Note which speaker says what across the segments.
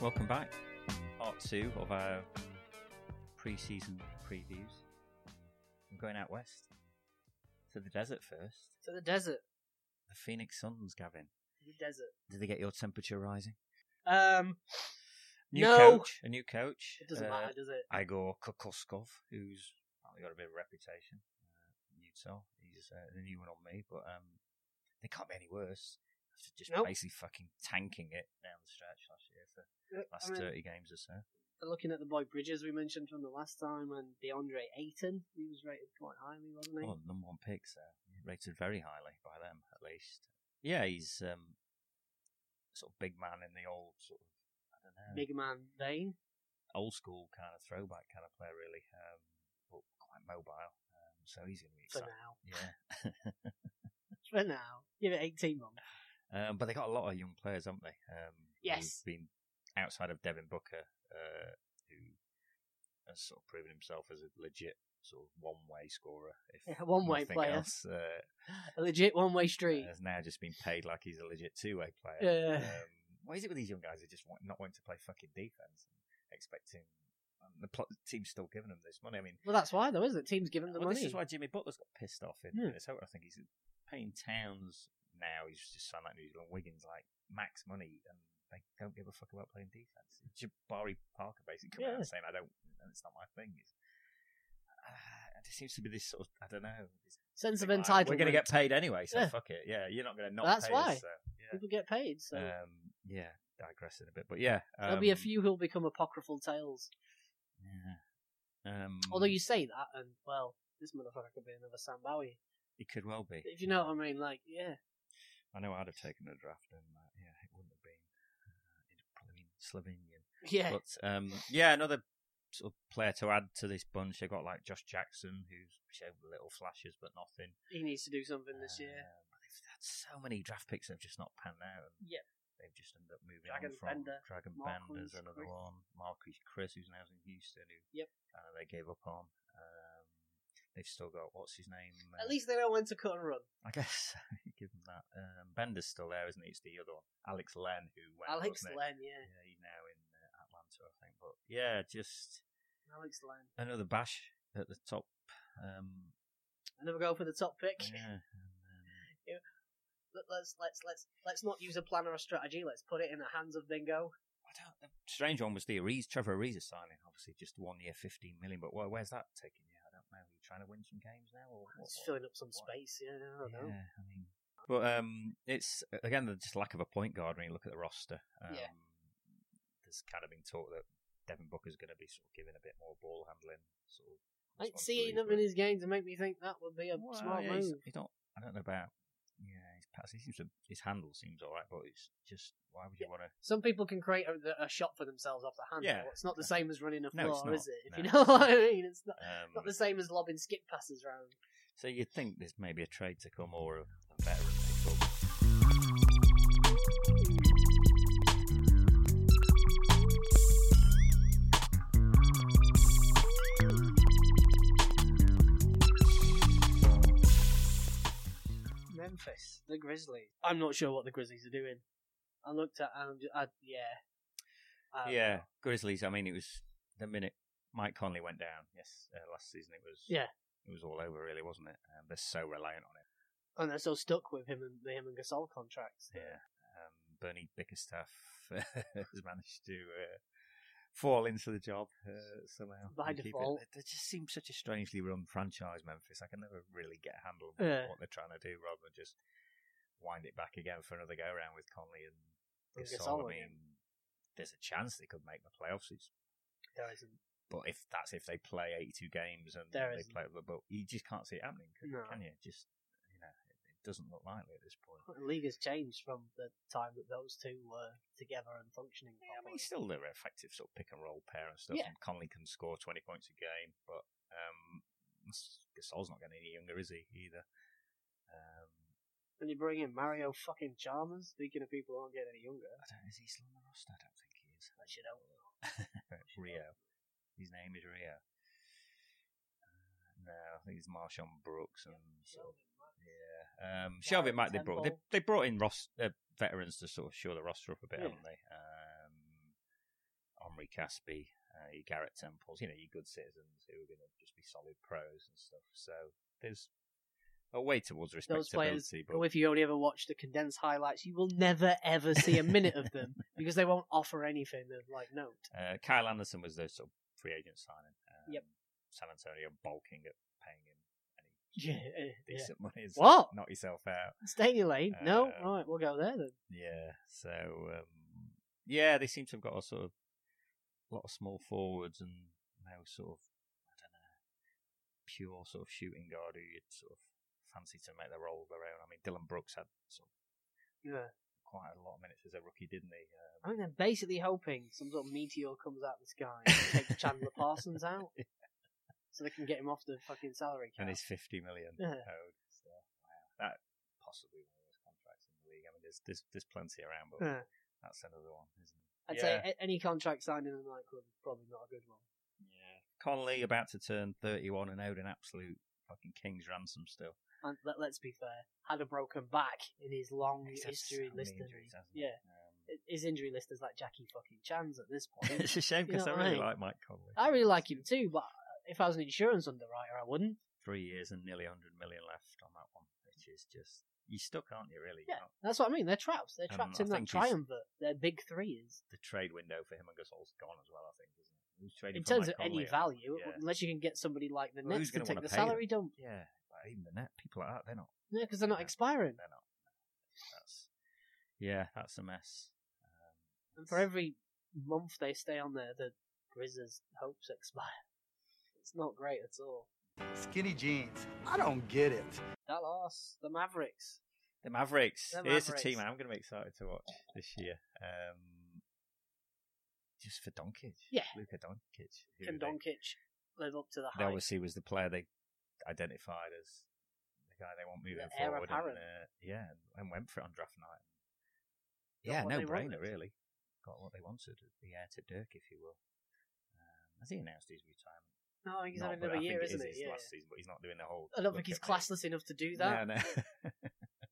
Speaker 1: Welcome back. Part two of our pre season previews. I'm going out west to the desert first.
Speaker 2: So the desert.
Speaker 1: The Phoenix Suns, Gavin.
Speaker 2: The desert.
Speaker 1: Did they get your temperature rising?
Speaker 2: Um,
Speaker 1: New
Speaker 2: No.
Speaker 1: coach. A new coach.
Speaker 2: it doesn't
Speaker 1: uh,
Speaker 2: matter, does it?
Speaker 1: Igor Kokoskov, who's well, he got a bit of a reputation uh, in Utah. He's uh, a new one on me, but um, they can't be any worse. After just
Speaker 2: Nope.
Speaker 1: basically fucking tanking it down the stretch last year for
Speaker 2: Look,
Speaker 1: last
Speaker 2: I
Speaker 1: 30
Speaker 2: mean,
Speaker 1: games or so.
Speaker 2: looking at the boy Bridges we mentioned from the last time, and DeAndre Ayton, he was rated quite highly, wasn't he?
Speaker 1: Well, number one pick, so rated very highly by them, at least. Yeah, he's um, sort of big man in the old sort of, I don't know,
Speaker 2: Big man Vane.
Speaker 1: old school kind of throwback kind of player, really, um, but quite mobile. Um, so he's going to be
Speaker 2: For
Speaker 1: exciting.
Speaker 2: now,
Speaker 1: Yeah.
Speaker 2: for now, give it eighteen months.
Speaker 1: Um, but they got a lot of young players, haven't they? Um,
Speaker 2: Yes.
Speaker 1: Who've been outside of Devin Booker, uh, who has sort of proven himself as a legit sort of one-way scorer. If
Speaker 2: Yeah, one-way
Speaker 1: nothing
Speaker 2: player.
Speaker 1: Else, uh,
Speaker 2: A legit one-way street.
Speaker 1: has now just been paid like he's a legit two-way player.
Speaker 2: Yeah.
Speaker 1: Um, what is it with these young guys? They just want, not wanting to play fucking defense, and expecting and the pl- team's still giving them this money. I mean,
Speaker 2: Well, that's why though, isn't it? Teams giving the
Speaker 1: well,
Speaker 2: money.
Speaker 1: This
Speaker 2: Hmm.
Speaker 1: is why Jimmy Butler's got pissed off in
Speaker 2: Yeah.
Speaker 1: Minnesota. I think he's paying Towns now. He's just signed like New Zealand Wiggins, like max money, and they don't give a fuck about playing defense. Jabari Parker basically coming out
Speaker 2: Yeah.
Speaker 1: and saying, "I don't, it's not my thing." It's, uh, it seems to be this sort of I don't know. It's
Speaker 2: Sense of
Speaker 1: like, "Alright,
Speaker 2: entitlement.
Speaker 1: We're going to get paid anyway, so
Speaker 2: Yeah.
Speaker 1: fuck it. Yeah, you're not going to not.
Speaker 2: That's
Speaker 1: pay
Speaker 2: why.
Speaker 1: Us, so, yeah.
Speaker 2: people get paid, so
Speaker 1: Um, yeah, digressing a bit, but yeah, um,
Speaker 2: there'll be a few who'll become apocryphal tales.
Speaker 1: Yeah. Um,
Speaker 2: Although you say that, and well, this motherfucker could be another Sam Bowie,
Speaker 1: it could well be.
Speaker 2: if you know what I mean. Like, yeah,
Speaker 1: I know I'd have taken a draft, and uh, yeah, it wouldn't have been. Uh, it'd have probably been Slovenian.
Speaker 2: yeah.
Speaker 1: But um, yeah, another sort of player to add to this bunch. They got like Josh Jackson, who's showed little flashes but nothing
Speaker 2: he needs to do something this year.
Speaker 1: Um, but they've had so many draft picks that have just not panned out. And
Speaker 2: Yeah.
Speaker 1: they've just ended up moving on
Speaker 2: Dragon
Speaker 1: from
Speaker 2: Bender,
Speaker 1: Dragon
Speaker 2: Marquise
Speaker 1: Bender's another
Speaker 2: Chris.
Speaker 1: one, Marquis Chris, who's now in Houston, who
Speaker 2: Yep.
Speaker 1: uh, they gave up on. Um, they've still got what's his name?
Speaker 2: At
Speaker 1: uh,
Speaker 2: least they know when to cut and run.
Speaker 1: I guess give him that. Um, Bender's still there, isn't he? It's the other one, Alex Len, who went.
Speaker 2: Alex
Speaker 1: wasn't it?
Speaker 2: Len, yeah.
Speaker 1: Yeah, he's now in uh, Atlanta, I think. But yeah, just
Speaker 2: Alex Len.
Speaker 1: another bash at the top. Um,
Speaker 2: Another go for the top pick.
Speaker 1: yeah, and,
Speaker 2: Let- Let's let's let's let's not use a plan or a strategy. Let's put it in the hands of Bingo.
Speaker 1: um, I don't. The strange one was the Ariza, Trevor Ariza signing, obviously just one year, fifteen million. But where, where's that taking you? I don't know. Are you trying to win some games now, or what?
Speaker 2: It's
Speaker 1: what-
Speaker 2: filling up some
Speaker 1: what-
Speaker 2: space. Yeah, I don't know.
Speaker 1: Yeah, I mean, but um, it's again the just lack of a point guard when you look at the roster. Um,
Speaker 2: Yeah.
Speaker 1: There's kind of been talk that Devin Booker's going to be sort of given a bit more ball handling. Sort of
Speaker 2: I ain't seen him in
Speaker 1: responsibility,
Speaker 2: his games and make me think that would be a
Speaker 1: but- Well,
Speaker 2: smart
Speaker 1: yeah,
Speaker 2: move.
Speaker 1: he's- He's not. I don't know about. Yeah, his pass. He seems to, his handle seems all right, but it's just why would you want to?
Speaker 2: Some people can create a, a shot for themselves off the handle.
Speaker 1: Yeah.
Speaker 2: It's not the same as running a
Speaker 1: No, it's
Speaker 2: floor,
Speaker 1: not.
Speaker 2: is it? If you
Speaker 1: No.
Speaker 2: know what I mean, it's not, not
Speaker 1: Um,
Speaker 2: the same as lobbing skip passes round.
Speaker 1: so you'd think there's maybe a trade to come or a, a veteran. they could.
Speaker 2: Memphis, the Grizzlies. I'm not sure what the Grizzlies are doing. I looked at and I, yeah, Um, I don't
Speaker 1: yeah, Grizzlies. I mean, it was the minute Mike Conley went down. Yes, uh, last season it was.
Speaker 2: Yeah.
Speaker 1: it was all over really, wasn't it? Um, they're so reliant on it.
Speaker 2: and they're so stuck with him and the him and Gasol contracts.
Speaker 1: Yeah, um, Bernie Bickerstaff has managed to uh, fall into the job uh, somehow
Speaker 2: By
Speaker 1: and keep it.
Speaker 2: default.
Speaker 1: They just seem such a strangely run franchise, Memphis. I can never really get a handle on
Speaker 2: Yeah.
Speaker 1: what they're trying to do, rather than just wind it back again for another go round with Conley and
Speaker 2: And
Speaker 1: Gasol. I
Speaker 2: Gasol
Speaker 1: mean,
Speaker 2: again.
Speaker 1: there's a chance they could make the playoffs. It's
Speaker 2: There isn't.
Speaker 1: But if that's if they play 82 games and
Speaker 2: There
Speaker 1: they
Speaker 2: isn't.
Speaker 1: play, but you just can't see it happening, can,
Speaker 2: No.
Speaker 1: can you? Just you know, it, it doesn't look likely at this point.
Speaker 2: The league has changed from the time that those two were together and functioning
Speaker 1: Yeah, I mean,
Speaker 2: properly.
Speaker 1: still they're an effective sort of pick and roll pair and stuff.
Speaker 2: Yeah.
Speaker 1: And Conley can score 20 points a game, but um, Gasol's not getting any younger, is he? Either. Um,
Speaker 2: And you bring in Mario fucking Chalmers. Speaking of people who aren't getting any younger,
Speaker 1: I don't. Is he still on the roster? I don't think he is.
Speaker 2: I should help.
Speaker 1: uh, Rio. His name is Rio. Uh, No, I think it's Marshawn Brooks and sort of Yeah. Um, Shelby Mack, they brought they,
Speaker 2: Temple.
Speaker 1: they brought in Ross uh, veterans to sort of shore the roster up a bit,
Speaker 2: Yeah.
Speaker 1: haven't they? Um, Caspi, uh, your Garrett Temples, you know, your good citizens who are going to just be solid pros and stuff. So there's a way towards
Speaker 2: Those
Speaker 1: respectability.
Speaker 2: players,
Speaker 1: but
Speaker 2: or if you only ever watch the condensed highlights, you will never ever see a minute of them because they won't offer anything of like note.
Speaker 1: Uh, Kyle Anderson was the sort of free agent signing. Um,
Speaker 2: Yep.
Speaker 1: San Antonio bulking at paying him
Speaker 2: Yeah, eh, yeah.
Speaker 1: decent money. is
Speaker 2: What?
Speaker 1: Knock yourself out.
Speaker 2: Stadium Lane? no,
Speaker 1: Uh,
Speaker 2: all right, we'll go there then.
Speaker 1: Yeah. So, um, yeah, they seem to have got a sort of lot of small forwards and no sort of, I don't know, pure sort of shooting guard who you'd sort of fancy to make the role their own. I mean, Dylan Brooks had sort of
Speaker 2: Yeah,
Speaker 1: quite a lot of minutes as a rookie, didn't he?
Speaker 2: I
Speaker 1: Um,
Speaker 2: mean, they're basically hoping some sort of meteor comes out of the sky and takes Chandler Parsons out, so they can get him off the fucking salary cap.
Speaker 1: and his 50 million.
Speaker 2: Yeah.
Speaker 1: owed. So, wow, that possibly one of those contracts in the league. I mean, there's there's, there's plenty around, but
Speaker 2: Yeah.
Speaker 1: that's another one, isn't it?
Speaker 2: I'd
Speaker 1: Yeah.
Speaker 2: say a- any contract signed in a nightclub is probably not a good one.
Speaker 1: Yeah. Connolly about to turn 31 and owed an absolute fucking king's ransom still.
Speaker 2: And let, let's be fair, had a broken back in his long
Speaker 1: He's had
Speaker 2: history
Speaker 1: so many
Speaker 2: list.
Speaker 1: injuries, hasn't he?
Speaker 2: Yeah,
Speaker 1: Um,
Speaker 2: his injury list is like Jackie fucking Chan's at this point.
Speaker 1: it's a shame
Speaker 2: You
Speaker 1: because
Speaker 2: know
Speaker 1: I
Speaker 2: what I
Speaker 1: really
Speaker 2: mean?
Speaker 1: like Mike Connolly.
Speaker 2: I really like him too, but if I was an insurance underwriter, I wouldn't.
Speaker 1: Three years and nearly 100 million left on that one, which is just. You're stuck, aren't you, really?
Speaker 2: Yeah.
Speaker 1: You're not-
Speaker 2: That's what I mean. They're trapped. They're
Speaker 1: Um,
Speaker 2: trapped
Speaker 1: I
Speaker 2: in that
Speaker 1: think he's-
Speaker 2: triumvirate. Their big three is.
Speaker 1: The trade window for him and Gasol's gone as well, I think, isn't it? Who's trading
Speaker 2: In
Speaker 1: for
Speaker 2: terms
Speaker 1: Mike
Speaker 2: of
Speaker 1: Conley?
Speaker 2: any value,
Speaker 1: oh, Yeah.
Speaker 2: unless you can get somebody like the
Speaker 1: Well,
Speaker 2: Nets
Speaker 1: who's
Speaker 2: to
Speaker 1: gonna
Speaker 2: take
Speaker 1: wanna
Speaker 2: the
Speaker 1: pay them?
Speaker 2: salary dump.
Speaker 1: Yeah, like even the net people like that, they're not
Speaker 2: No, because they're not
Speaker 1: Yeah.
Speaker 2: expiring.
Speaker 1: they're not. That's yeah, that's a mess. Um,
Speaker 2: And for every month they stay on there, the Grizzlies' hopes expire. It's not great at all.
Speaker 3: Skinny jeans. I don't get it.
Speaker 2: Dallas, the Mavericks.
Speaker 1: the Mavericks.
Speaker 2: The
Speaker 1: Here's a
Speaker 2: Mavericks.
Speaker 1: team I'm going to be excited to watch this year. Um, just for Doncic,
Speaker 2: Yeah.
Speaker 1: Luka Doncic. who
Speaker 2: Can
Speaker 1: they-
Speaker 2: Doncic live up to the
Speaker 1: They
Speaker 2: hype?
Speaker 1: obviously was the player they identified as the guy they want moving
Speaker 2: heir
Speaker 1: forward. And,
Speaker 2: apparent.
Speaker 1: uh, yeah, and went for it on draft night.
Speaker 2: Got
Speaker 1: yeah,
Speaker 2: what
Speaker 1: no
Speaker 2: they
Speaker 1: brainer
Speaker 2: wanted.
Speaker 1: really. Got what they wanted. The heir to Dirk, if you will. Um, has he announced his retirement?
Speaker 2: No, he's
Speaker 1: Not,
Speaker 2: had
Speaker 1: but
Speaker 2: another
Speaker 1: I
Speaker 2: year,
Speaker 1: think it
Speaker 2: isn't it?
Speaker 1: is his
Speaker 2: Yeah.
Speaker 1: last season, but he's not doing the whole.
Speaker 2: I don't
Speaker 1: look
Speaker 2: think
Speaker 1: at
Speaker 2: he's
Speaker 1: me.
Speaker 2: classless enough to do that.
Speaker 1: No, no.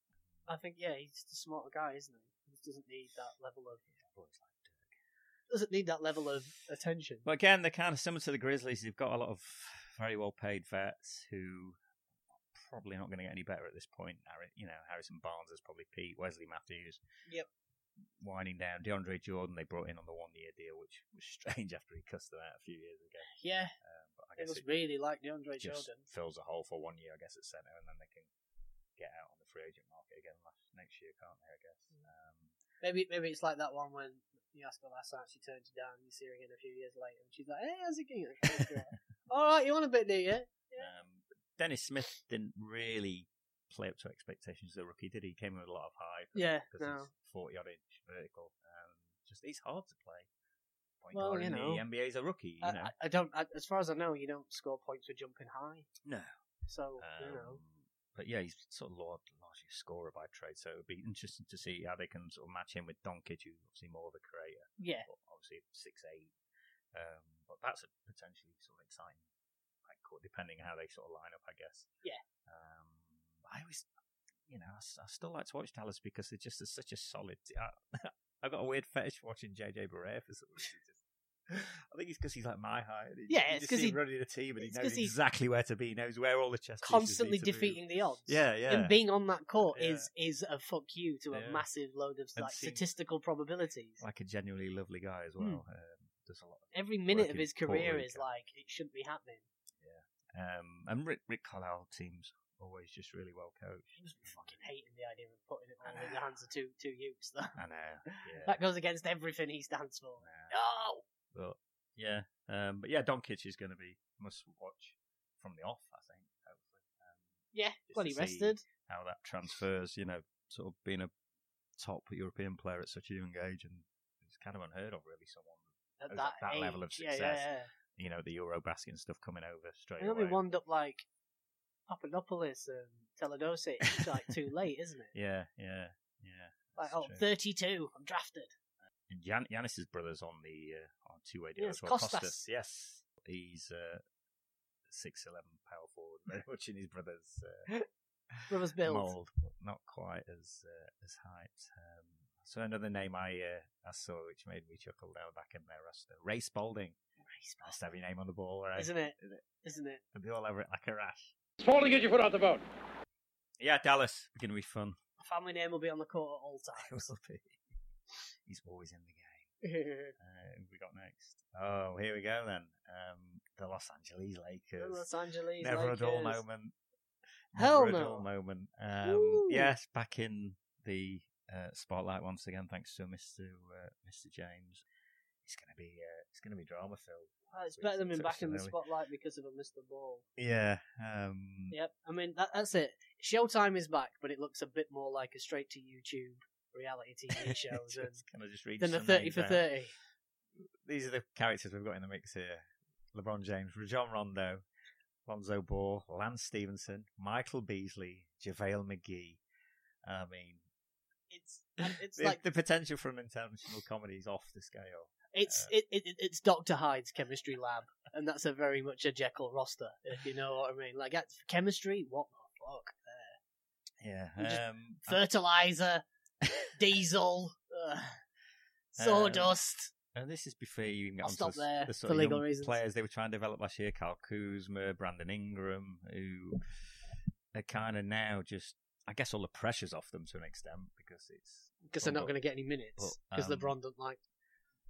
Speaker 2: I think, yeah, he's just a smarter guy, isn't he? He just doesn't need that level of doesn't need that level of attention.
Speaker 1: but again, they're kind of similar to the Grizzlies. They've got a lot of very well paid vets who are probably not going to get any better at this point. Harri- You know, Harrison Barnes is probably Pete, Wesley Matthews.
Speaker 2: Yep.
Speaker 1: Winding down. DeAndre Jordan, they brought in on the one year deal, which was strange after he cussed them out a few years ago.
Speaker 2: Yeah,
Speaker 1: Um, but I
Speaker 2: it
Speaker 1: guess
Speaker 2: was
Speaker 1: it
Speaker 2: really like DeAndre
Speaker 1: just
Speaker 2: Jordan.
Speaker 1: fills a hole for one year, I guess, at centre, and then they can get out on the free agent market again last, next year, can't they, I guess?
Speaker 2: Mm.
Speaker 1: Um,
Speaker 2: Maybe maybe it's like that one when you ask her last time, she turns you down, and you see her again a few years later, and she's like, "Hey, how's it going?" All right, you want a bit, do you?
Speaker 1: Um, Dennis Smith didn't really play up to expectations as a rookie, did he? He came in with a lot of hype
Speaker 2: Yeah,
Speaker 1: because
Speaker 2: no.
Speaker 1: he's 40 odd inch vertical. Um, just he's hard to play. Point
Speaker 2: Well,
Speaker 1: guard in
Speaker 2: you know.
Speaker 1: the NBA is a rookie, you
Speaker 2: I,
Speaker 1: know.
Speaker 2: I- I don't. I, as far as I know, you don't score points for jumping high.
Speaker 1: no.
Speaker 2: So you
Speaker 1: Um,
Speaker 2: know,
Speaker 1: but yeah, he's sort of lar- largely a scorer by trade, so it would be interesting to see how they can sort of match him with Doncic, who's obviously more of a creator,
Speaker 2: yeah,
Speaker 1: but obviously six eight. Um, but that's a potentially sort of exciting, like, court, depending how they sort of line up, I guess.
Speaker 2: Yeah.
Speaker 1: Um, I always, you know, I, s- I still like to watch Dallas because they're just a, such a solid. T- I, I've got a weird fetish for watching JJ Barea for some reason. Just, I think it's because he's like my height. You-
Speaker 2: Yeah,
Speaker 1: you
Speaker 2: it's
Speaker 1: just
Speaker 2: 'cause
Speaker 1: see
Speaker 2: he-
Speaker 1: him running the team and he
Speaker 2: it's
Speaker 1: knows
Speaker 2: 'cause he-
Speaker 1: exactly where to be. He knows where all the chess pieces need
Speaker 2: constantly
Speaker 1: to move.
Speaker 2: defeating the odds.
Speaker 1: Yeah, yeah.
Speaker 2: And being on that court
Speaker 1: Yeah.
Speaker 2: is is a fuck you to a
Speaker 1: Yeah.
Speaker 2: massive load of
Speaker 1: And
Speaker 2: like
Speaker 1: seeing-
Speaker 2: statistical probabilities.
Speaker 1: like a genuinely lovely guy as well.
Speaker 2: Hmm.
Speaker 1: Um, does a lot.
Speaker 2: Every minute of
Speaker 1: working
Speaker 2: his
Speaker 1: Puerto
Speaker 2: career is
Speaker 1: Rico.
Speaker 2: like it shouldn't be happening.
Speaker 1: Um, and Rick Rick Carlisle teams always just really well coached.
Speaker 2: He was fucking hating the idea of putting it all in the hands of two two youths. Though.
Speaker 1: I know. Yeah.
Speaker 2: That goes against everything he stands for. Oh,
Speaker 1: Nah.
Speaker 2: No.
Speaker 1: But yeah, um, but yeah, Doncic is going to be must watch from the off. I think hopefully. Um,
Speaker 2: Yeah,
Speaker 1: just
Speaker 2: well, he
Speaker 1: to see
Speaker 2: rested.
Speaker 1: How that transfers, you know, sort of being a top European player at such a young age, and it's kind of unheard of, really. Someone,
Speaker 2: At
Speaker 1: at
Speaker 2: that,
Speaker 1: that level
Speaker 2: age.
Speaker 1: of
Speaker 2: Yeah,
Speaker 1: success.
Speaker 2: Yeah, yeah.
Speaker 1: you know, the Eurobasket and stuff coming over straight
Speaker 2: And then we
Speaker 1: away.
Speaker 2: wound up like Papadopoulos and Teledosic. It's like too late, isn't it?
Speaker 1: Yeah, yeah, yeah.
Speaker 2: Like,
Speaker 1: that's
Speaker 2: oh,
Speaker 1: true.
Speaker 2: 32, I'm drafted.
Speaker 1: And Jan- Yanis's brother's on the uh, on two way deal
Speaker 2: Yes,
Speaker 1: as well.
Speaker 2: Costas.
Speaker 1: yes, he's uh, six eleven power forward, very much in his brother's uh,
Speaker 2: Brothers build.
Speaker 1: mold, but not quite as uh, as height. Um, I So another name I uh, I saw which made me chuckle down back in their roster. Ray Spalding. That's every name on the ball, right?
Speaker 2: Isn't it?
Speaker 1: Is it?
Speaker 2: Isn't it?
Speaker 1: They'll be all over it like a rash.
Speaker 4: Spalding, get your foot out the boat.
Speaker 1: Yeah, Dallas. Gonna be fun.
Speaker 2: A family name will be on the court at all times.
Speaker 1: Will be. He's always in the game. Uh, who we got next? Oh, here we go then. Um, the Los Angeles Lakers.
Speaker 2: Los Angeles.
Speaker 1: Never
Speaker 2: Lakers.
Speaker 1: a dull moment.
Speaker 2: Hell
Speaker 1: Never
Speaker 2: no.
Speaker 1: a dull moment. Um,
Speaker 2: Woo.
Speaker 1: yes, back in the uh, spotlight once again. Thanks to Mister uh, Mister James. It's gonna be uh, it's gonna be drama filled.
Speaker 2: Well, it's better than being back in the
Speaker 1: Touched on
Speaker 2: spotlight because of a missed the ball.
Speaker 1: Yeah. Um,
Speaker 2: Yep. I mean, that, that's it. Showtime is back, but it looks a bit more like a straight to YouTube reality TV show than,
Speaker 1: Can I just read
Speaker 2: than the
Speaker 1: some
Speaker 2: 30
Speaker 1: names
Speaker 2: for
Speaker 1: out?
Speaker 2: 30.
Speaker 1: These are the characters we've got in the mix here: LeBron James, Rajon Rondo, Lonzo Ball, Lance Stevenson, Michael Beasley, JaVale McGee. I mean,
Speaker 2: It's and it's
Speaker 1: the,
Speaker 2: like
Speaker 1: the potential for an intentional comedy is off the scale.
Speaker 2: it's it, it it's Doctor Hyde's chemistry lab, and that's a very much a Jekyll roster, if you know what I mean. Like that's chemistry, what the fuck?
Speaker 1: Yeah.
Speaker 2: You just-
Speaker 1: Um, and,
Speaker 2: Fertilizer, diesel, ugh, sawdust.
Speaker 1: and this is before you even get
Speaker 2: I'll
Speaker 1: onto
Speaker 2: stop
Speaker 1: the,
Speaker 2: there
Speaker 1: the sort
Speaker 2: for
Speaker 1: of
Speaker 2: legal
Speaker 1: young
Speaker 2: reasons.
Speaker 1: players they were trying to develop last year: Carl Kuzma, Brandon Ingram, who are kind of now just. I guess all the pressure's off them to an extent because it's
Speaker 2: because they're
Speaker 1: Well,
Speaker 2: not
Speaker 1: but-
Speaker 2: going to get any minutes
Speaker 1: but,
Speaker 2: because
Speaker 1: um,
Speaker 2: LeBron doesn't like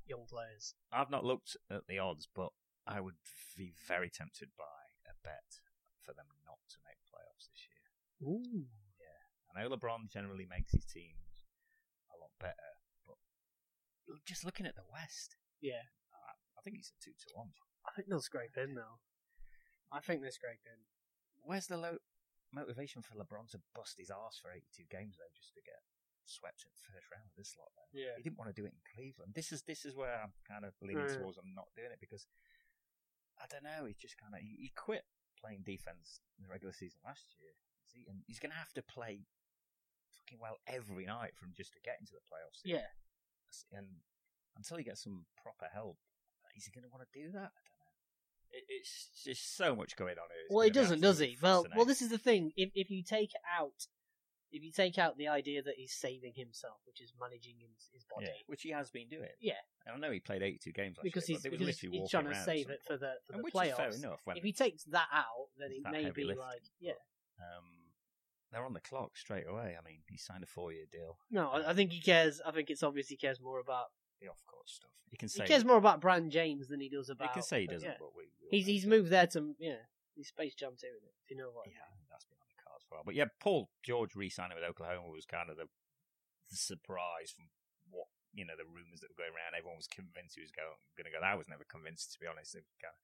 Speaker 2: young players.
Speaker 1: I've not looked at the odds, but I would be very tempted by a bet for them not to make playoffs this year.
Speaker 2: Ooh.
Speaker 1: I know LeBron generally makes his teams a lot better, but just looking at the West,
Speaker 2: Yeah.
Speaker 1: I, I think it's a two to one.
Speaker 2: I think they'll scrape in though. I think they scrape in.
Speaker 1: Where's the lo- motivation for LeBron to bust his ass for eighty-two games though, just to get swept in the first round of this lot? Though?
Speaker 2: Yeah,
Speaker 1: He didn't want to do it in Cleveland. This is this is where I'm kind of leaning
Speaker 2: Right.
Speaker 1: towards I'm not doing it because I don't know. He just kind of he, he quit playing defense in the regular season last year. See, and he's going to have to play fucking well every night from just to get into the playoffs.
Speaker 2: yeah.
Speaker 1: and until he gets some proper help, is he going to want to do that? I don't know. It, it's just so much going on here. It's
Speaker 2: Well,
Speaker 1: gonna
Speaker 2: he
Speaker 1: be
Speaker 2: doesn't, does
Speaker 1: absolutely
Speaker 2: he? Well, well,
Speaker 1: fascinating.
Speaker 2: this is the thing. If if you take out, if you take out the idea that he's saving himself, which is managing his, his body,
Speaker 1: Yeah, which he has been doing.
Speaker 2: Yeah.
Speaker 1: and I know he played eighty-two games last
Speaker 2: because
Speaker 1: year,
Speaker 2: he's
Speaker 1: but they were
Speaker 2: because he's,
Speaker 1: literally
Speaker 2: he's
Speaker 1: walking
Speaker 2: trying to
Speaker 1: around
Speaker 2: save
Speaker 1: some-
Speaker 2: it for the for
Speaker 1: And
Speaker 2: the
Speaker 1: which
Speaker 2: playoffs.
Speaker 1: is fair enough. When
Speaker 2: If he takes that out, then it
Speaker 1: That
Speaker 2: may
Speaker 1: heavy
Speaker 2: be
Speaker 1: lifting.
Speaker 2: like, yeah.
Speaker 1: Um, they're on the clock straight away. I mean, he signed a four-year deal.
Speaker 2: No,
Speaker 1: um,
Speaker 2: I, I think he cares. I think it's obvious he cares more about
Speaker 1: The off-court stuff. He can
Speaker 2: he
Speaker 1: say
Speaker 2: cares more about Brand James than he does
Speaker 1: he
Speaker 2: about.
Speaker 1: can say he
Speaker 2: but
Speaker 1: doesn't,
Speaker 2: yeah.
Speaker 1: but we, we all
Speaker 2: He's
Speaker 1: know
Speaker 2: he's
Speaker 1: that.
Speaker 2: moved there to yeah. He's Space Jam too, isn't it? If you know what. I
Speaker 1: Yeah, I think that's been on the cards for a while. But yeah, Paul George re-signing with Oklahoma was kind of the, the surprise from what you know the rumors that were going around. Everyone was convinced he was going going to go. I was never convinced, to be honest. It was kind of,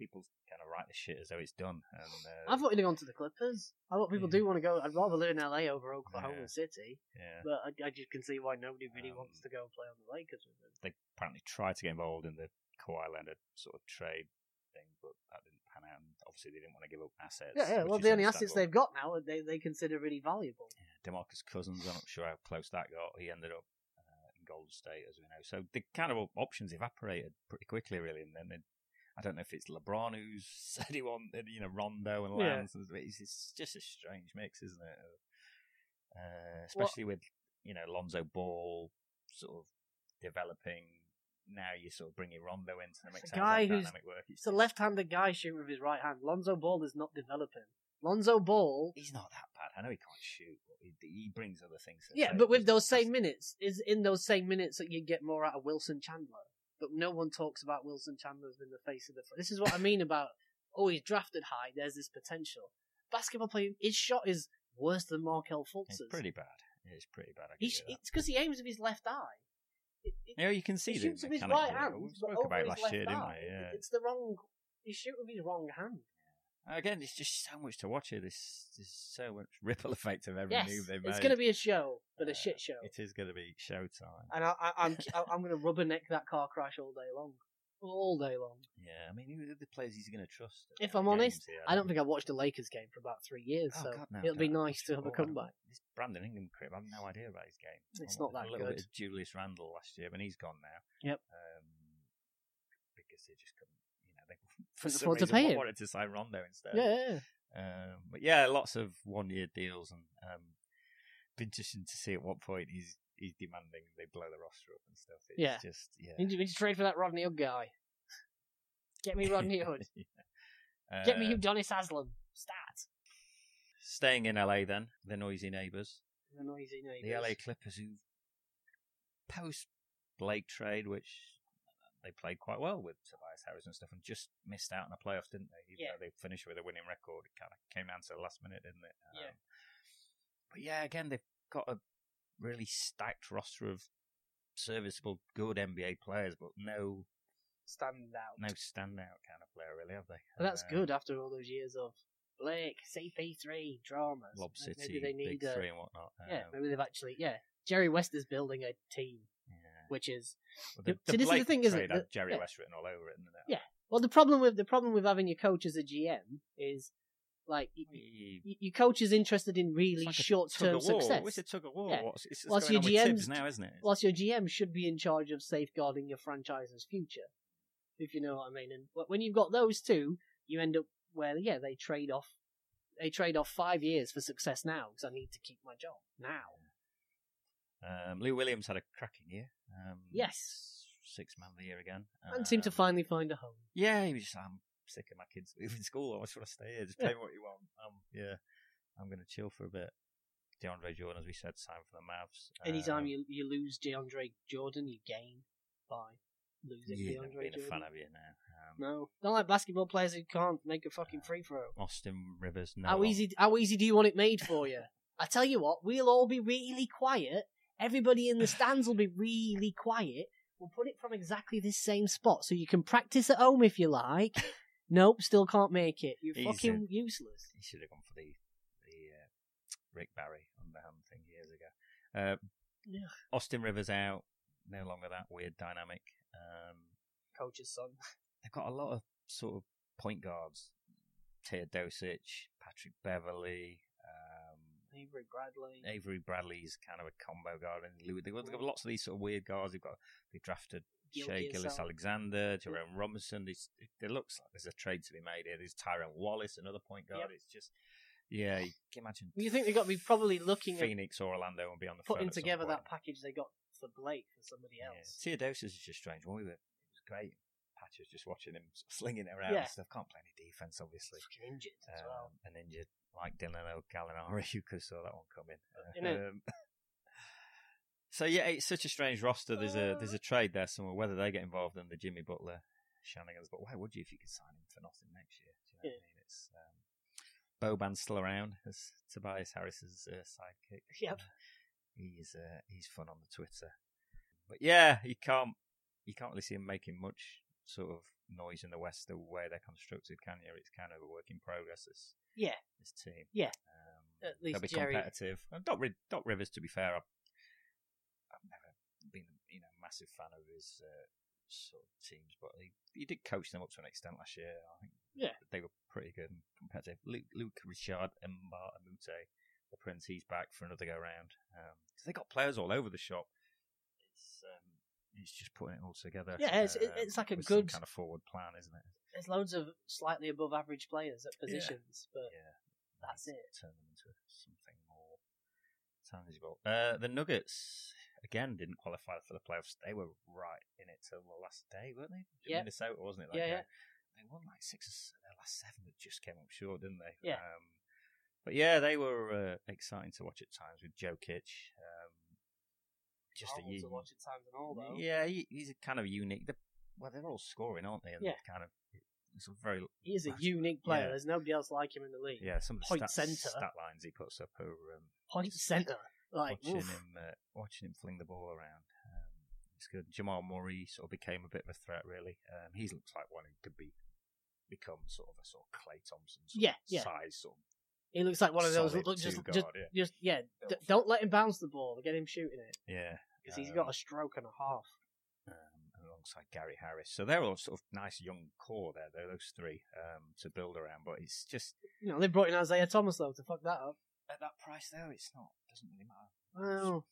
Speaker 1: people kind of write the shit as though it's done. And
Speaker 2: mean.
Speaker 1: uh,
Speaker 2: I thought he'd have gone to the Clippers. I thought people
Speaker 1: Yeah.
Speaker 2: do want to go. I'd rather live in LA over Oklahoma
Speaker 1: Yeah.
Speaker 2: City,
Speaker 1: yeah,
Speaker 2: but I, I just can see why nobody really
Speaker 1: Um,
Speaker 2: wants to go play on the Lakers with him.
Speaker 1: they apparently tried to get involved in the Kawhi Leonard sort of trade thing, but that didn't pan out. And obviously, they didn't want to give up assets.
Speaker 2: Yeah, yeah.
Speaker 1: which
Speaker 2: Well,
Speaker 1: is
Speaker 2: the only assets
Speaker 1: understandable.
Speaker 2: they've got now are they they consider really valuable.
Speaker 1: Demarcus Cousins. I'm not sure how close that got. He ended up uh, in Golden State, as we know. So the kind of op- options evaporated pretty quickly, really. And then it, I don't know if it's LeBron who's said he wanted, you know, Rondo and
Speaker 2: Yeah.
Speaker 1: Lance. and It's, it's just a strange mix, isn't it? Uh, especially with you know Lonzo Ball sort of developing. Now you're sort of bringing Rondo into the mix.
Speaker 2: a
Speaker 1: How does
Speaker 2: guy
Speaker 1: that
Speaker 2: who's-
Speaker 1: dynamic work.
Speaker 2: It's a left-handed guy shooting with his right hand. Lonzo Ball is not developing. Lonzo Ball.
Speaker 1: He's not that bad. I know he can't shoot, but he, he brings other things. to the
Speaker 2: Yeah,
Speaker 1: table.
Speaker 2: but with
Speaker 1: He's
Speaker 2: those same
Speaker 1: fantastic.
Speaker 2: minutes, is in those same minutes that you get more out of Wilson Chandler. But no one talks about Wilson Chandler as being the face of the. This is what I mean about oh, he's drafted high. There's this potential. Basketball player, his shot is worse than Markel Fultz's.
Speaker 1: It's pretty bad. It's pretty bad. I can
Speaker 2: He
Speaker 1: give
Speaker 2: sh-
Speaker 1: you that.
Speaker 2: it's because he aims with his left eye. It, it,
Speaker 1: Yeah, you can see
Speaker 2: he
Speaker 1: the
Speaker 2: shoots with his
Speaker 1: mechanic
Speaker 2: right
Speaker 1: there.
Speaker 2: hand,
Speaker 1: We
Speaker 2: but
Speaker 1: spoke
Speaker 2: over
Speaker 1: about it
Speaker 2: his
Speaker 1: last
Speaker 2: left
Speaker 1: year, didn't
Speaker 2: eye.
Speaker 1: we? Yeah.
Speaker 2: It's the wrong. He shoots with his wrong hand.
Speaker 1: Again, it's just so much to watch here. There's, there's so much ripple effect of every
Speaker 2: Yes,
Speaker 1: move they make.
Speaker 2: it's going to be a show, but
Speaker 1: Uh,
Speaker 2: a shit show.
Speaker 1: It is going to be showtime.
Speaker 2: And I, I, I'm I'm going to rubberneck that car crash all day long, all day long.
Speaker 1: yeah, I mean, who are the players he's going to trust? at
Speaker 2: If
Speaker 1: the
Speaker 2: I'm
Speaker 1: games
Speaker 2: honest,
Speaker 1: here?
Speaker 2: I don't think I watched a Lakers game for about three years,
Speaker 1: Oh,
Speaker 2: so
Speaker 1: God, no,
Speaker 2: it'll
Speaker 1: I
Speaker 2: be
Speaker 1: don't.
Speaker 2: nice to have a
Speaker 1: Oh, I don't-
Speaker 2: comeback.
Speaker 1: This Brandon Ingram crib, I've no idea about his game.
Speaker 2: It's
Speaker 1: I
Speaker 2: not
Speaker 1: wanted
Speaker 2: that
Speaker 1: A little
Speaker 2: good.
Speaker 1: bit of Julius Randle last year, but he's gone now.
Speaker 2: Yep.
Speaker 1: Um, because they just couldn't, you know, they for
Speaker 2: Couldn't
Speaker 1: some
Speaker 2: afford to
Speaker 1: reason
Speaker 2: pay him.
Speaker 1: wanted to sign Rondo instead.
Speaker 2: Yeah, yeah.
Speaker 1: Um, but yeah, lots of one year deals, and um, be interesting to see at what point he's he's demanding they blow the roster up and stuff. It's
Speaker 2: Yeah.
Speaker 1: just yeah.
Speaker 2: We need, to, we need to trade for that Rodney Hood guy. Get me Rodney Hood.
Speaker 1: Yeah.
Speaker 2: Get me
Speaker 1: Uh,
Speaker 2: Udonis Aslam. Stat.
Speaker 1: Staying in LA then, the noisy neighbours.
Speaker 2: The noisy
Speaker 1: The
Speaker 2: neighbours.
Speaker 1: LA Clippers who post Blake trade, which they played quite well with Tobias Harris and stuff and just missed out on the playoffs, didn't they? Even
Speaker 2: Yeah.
Speaker 1: though they finished with a winning record, it kinda came down to the last minute, didn't it? Um,
Speaker 2: Yeah.
Speaker 1: But yeah, again they've got a really stacked roster of serviceable good NBA players, but no
Speaker 2: Standing out.
Speaker 1: no standout kind of player really, have they?
Speaker 2: But that's
Speaker 1: Uh,
Speaker 2: good after all those years of Blake, CP3, dramas.
Speaker 1: Lob
Speaker 2: Maybe
Speaker 1: City,
Speaker 2: they need
Speaker 1: Big
Speaker 2: a,
Speaker 1: Three and whatnot.
Speaker 2: Yeah,
Speaker 1: um,
Speaker 2: maybe they've actually. Yeah. Jerry West is building a team,
Speaker 1: yeah.
Speaker 2: which is.
Speaker 1: Well,
Speaker 2: Yep, so this is the
Speaker 1: Blake
Speaker 2: thing, isn't
Speaker 1: trade
Speaker 2: it,
Speaker 1: had
Speaker 2: that-
Speaker 1: Jerry
Speaker 2: yeah.
Speaker 1: West written all over it, and that,
Speaker 2: Yeah. Well, the problem with the problem with having your coach as a GM is, like, y- y-
Speaker 1: He-
Speaker 2: your coach is interested in really
Speaker 1: it's like a
Speaker 2: short-term
Speaker 1: tug-of-war.
Speaker 2: success.
Speaker 1: It's a tug of war.
Speaker 2: Yeah.
Speaker 1: What's, it's what's
Speaker 2: Whilst
Speaker 1: going
Speaker 2: your
Speaker 1: on with
Speaker 2: GMs
Speaker 1: Tibbs now, isn't it?
Speaker 2: whilst your GM should be in charge of safeguarding your franchise's future, if you know what I mean. And wh- when you've got those two, you end up where yeah they trade off, they trade off five years for success now because I need to keep my job now.
Speaker 1: um, Lou Williams had a cracking year. Um,
Speaker 2: Yes.
Speaker 1: six man of the year again,
Speaker 2: And seem to
Speaker 1: Um,
Speaker 2: finally find a home.
Speaker 1: Yeah, he was just. I'm sick of my kids leaving school. I just want to stay here. Just
Speaker 2: Yeah.
Speaker 1: play what you want. Um, yeah, I'm going to chill for a bit. DeAndre Jordan, as we said, signed for the Mavs.
Speaker 2: Anytime
Speaker 1: Um,
Speaker 2: you you lose DeAndre Jordan, you gain by losing
Speaker 1: you've never
Speaker 2: DeAndre
Speaker 1: been a fan
Speaker 2: Jordan.
Speaker 1: of you now. Um,
Speaker 2: No, not like basketball players who can't make a fucking free throw.
Speaker 1: Austin Rivers, no.
Speaker 2: How
Speaker 1: one.
Speaker 2: easy? How easy do you want it made for you? I tell you what, we'll all be really quiet. Everybody in the stands will be really quiet. We'll put it from exactly this same spot, so you can practice at home if you like. Nope, still can't make it. You're
Speaker 1: Easy.
Speaker 2: fucking useless.
Speaker 1: He should have gone for the the uh, Rick Barry underhand thing years ago. Uh,
Speaker 2: Yeah.
Speaker 1: Austin Rivers out, no longer that weird dynamic. Um,
Speaker 2: Coach's son.
Speaker 1: they've got a lot of sort of point guards: Teodosic, Patrick Beverly, um,
Speaker 2: Avery Bradley.
Speaker 1: Avery Bradley's kind of a combo guard, and Lou. They've got they've got lots of these sort of weird guards. They've got they drafted Shea Gillis Alexander,
Speaker 2: Mm-hmm.
Speaker 1: Jerome Robinson. It's, it, it looks like there's a trade to be made here. There's Tyrone Wallace, another point guard.
Speaker 2: Yep.
Speaker 1: It's just, yeah, you can imagine.
Speaker 2: You think they've got to be probably looking at
Speaker 1: Phoenix or Orlando and be on the phone
Speaker 2: putting
Speaker 1: at some
Speaker 2: together
Speaker 1: point.
Speaker 2: that package they got for Blake for somebody else?
Speaker 1: Yeah. Teodosic is just a strange one. We were, it was great. Patch was just watching him slinging it around
Speaker 2: Yeah.
Speaker 1: and stuff. Can't play any defense, obviously.
Speaker 2: Fucking injured as well.
Speaker 1: Um, and injured like Dylan O'Gallinari, you could saw that one coming.
Speaker 2: Innit?
Speaker 1: Um, so yeah, it's such a strange roster. There's a there's a trade there somewhere. Whether they get involved in the Jimmy Butler shenanigans, but why would you if you could sign him for nothing next year? Do you know what I mean? It's um, Boban's still around as Tobias Harris's uh, sidekick.
Speaker 2: Yep.
Speaker 1: He's uh, he's fun on the Twitter, but yeah, you can't you can't really see him making much sort of noise in the West the way they're constructed, can you? It's kind of a work in progress. This
Speaker 2: Yeah.
Speaker 1: this team.
Speaker 2: Yeah.
Speaker 1: um,
Speaker 2: At least
Speaker 1: they'll be
Speaker 2: Jerry-
Speaker 1: competitive. And Doc, Ri- Doc Rivers, to be fair, I've, I've never been you know a massive fan of his uh, sort of teams, but he he did coach them up to an extent last year. I think
Speaker 2: Yeah.
Speaker 1: they were pretty good and competitive. Luke, Luke Richard, Mbar Amute, the Prince, he's back for another go round. Um, so they got players all over the shop. It's um, it's just putting it all together.
Speaker 2: Yeah, it's- it- it's like a
Speaker 1: with some
Speaker 2: good-
Speaker 1: kind of forward plan, isn't it?
Speaker 2: There's loads of slightly above average players at
Speaker 1: Yeah.
Speaker 2: positions, but
Speaker 1: Yeah,
Speaker 2: That's it.
Speaker 1: Turn them into something more tangible. Uh, the Nuggets again didn't qualify for the playoffs. They were right in it till the last day, weren't they?
Speaker 2: Yeah.
Speaker 1: Minnesota wasn't it?
Speaker 2: Yeah,
Speaker 1: game?
Speaker 2: yeah.
Speaker 1: They won like six or s- their last seven, but just came up short, didn't they?
Speaker 2: Yeah.
Speaker 1: Um, but yeah, they were uh, exciting to watch at times with Joe Kitch. Um, just
Speaker 2: I
Speaker 1: a
Speaker 2: want to
Speaker 1: uni-
Speaker 2: watch it times and all though.
Speaker 1: yeah, he, he's a kind of unique. They're, well, they're all scoring, aren't they? And
Speaker 2: Yeah.
Speaker 1: kind of it's a very
Speaker 2: He is a
Speaker 1: That's-
Speaker 2: unique player.
Speaker 1: yeah.
Speaker 2: There's nobody else like him in the league.
Speaker 1: yeah some of the
Speaker 2: Point
Speaker 1: stat,
Speaker 2: centre.
Speaker 1: stat lines he puts up are um,
Speaker 2: Point centre. Like,
Speaker 1: watching
Speaker 2: oof.
Speaker 1: him uh, watching him fling the ball around. Um, it's good. Jamal Murray sort of became a bit of a threat, really. Um, he looks like one who could be become sort of a sort of Clay Thompson, sort
Speaker 2: Yeah,
Speaker 1: of
Speaker 2: yeah.
Speaker 1: size, sort of
Speaker 2: he looks like one of those.
Speaker 1: solid
Speaker 2: Look, just,
Speaker 1: two
Speaker 2: just,
Speaker 1: guard, yeah.
Speaker 2: just, yeah. D- don't let him bounce the ball. Get him shooting it
Speaker 1: yeah.
Speaker 2: because he's
Speaker 1: Um,
Speaker 2: got a stroke and a half.
Speaker 1: um, alongside Gary Harris, so they're all sort of nice young core there. They're those three um, to build around, but it's just
Speaker 2: You know, they brought in Isaiah Thomas though to fuck that up.
Speaker 1: at that price though, it's not doesn't really matter.
Speaker 2: Well,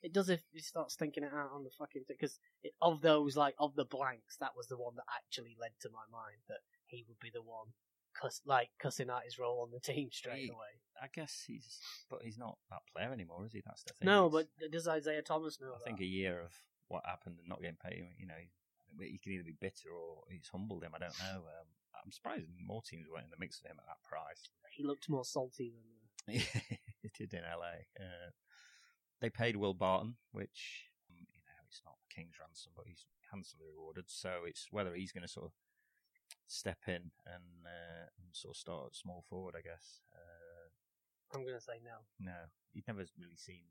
Speaker 2: it does if you start stinking it out on the fucking because of those like of the blanks, that was the one that actually led to my mind that he would be the one cuss, like cussing out his role on the team straight
Speaker 1: He-
Speaker 2: away.
Speaker 1: I guess he's, but he's not that player anymore, is he? That's the thing.
Speaker 2: No, but
Speaker 1: It's-
Speaker 2: does Isaiah Thomas know?
Speaker 1: I think a year of what happened and not getting paid, you know, he, he can either be bitter or he's humbled him. I don't know. Um, I'm surprised more teams weren't in the mix with him at that price.
Speaker 2: he looked more salty than. uh,
Speaker 1: it did in LA. Uh, they paid Will Barton, which um, you know it's not King's ransom, but he's handsomely rewarded. So it's whether he's going to sort of step in and, uh, and sort of start at small forward, I guess. Uh,
Speaker 2: I'm gonna say no,
Speaker 1: no, you've never really seen.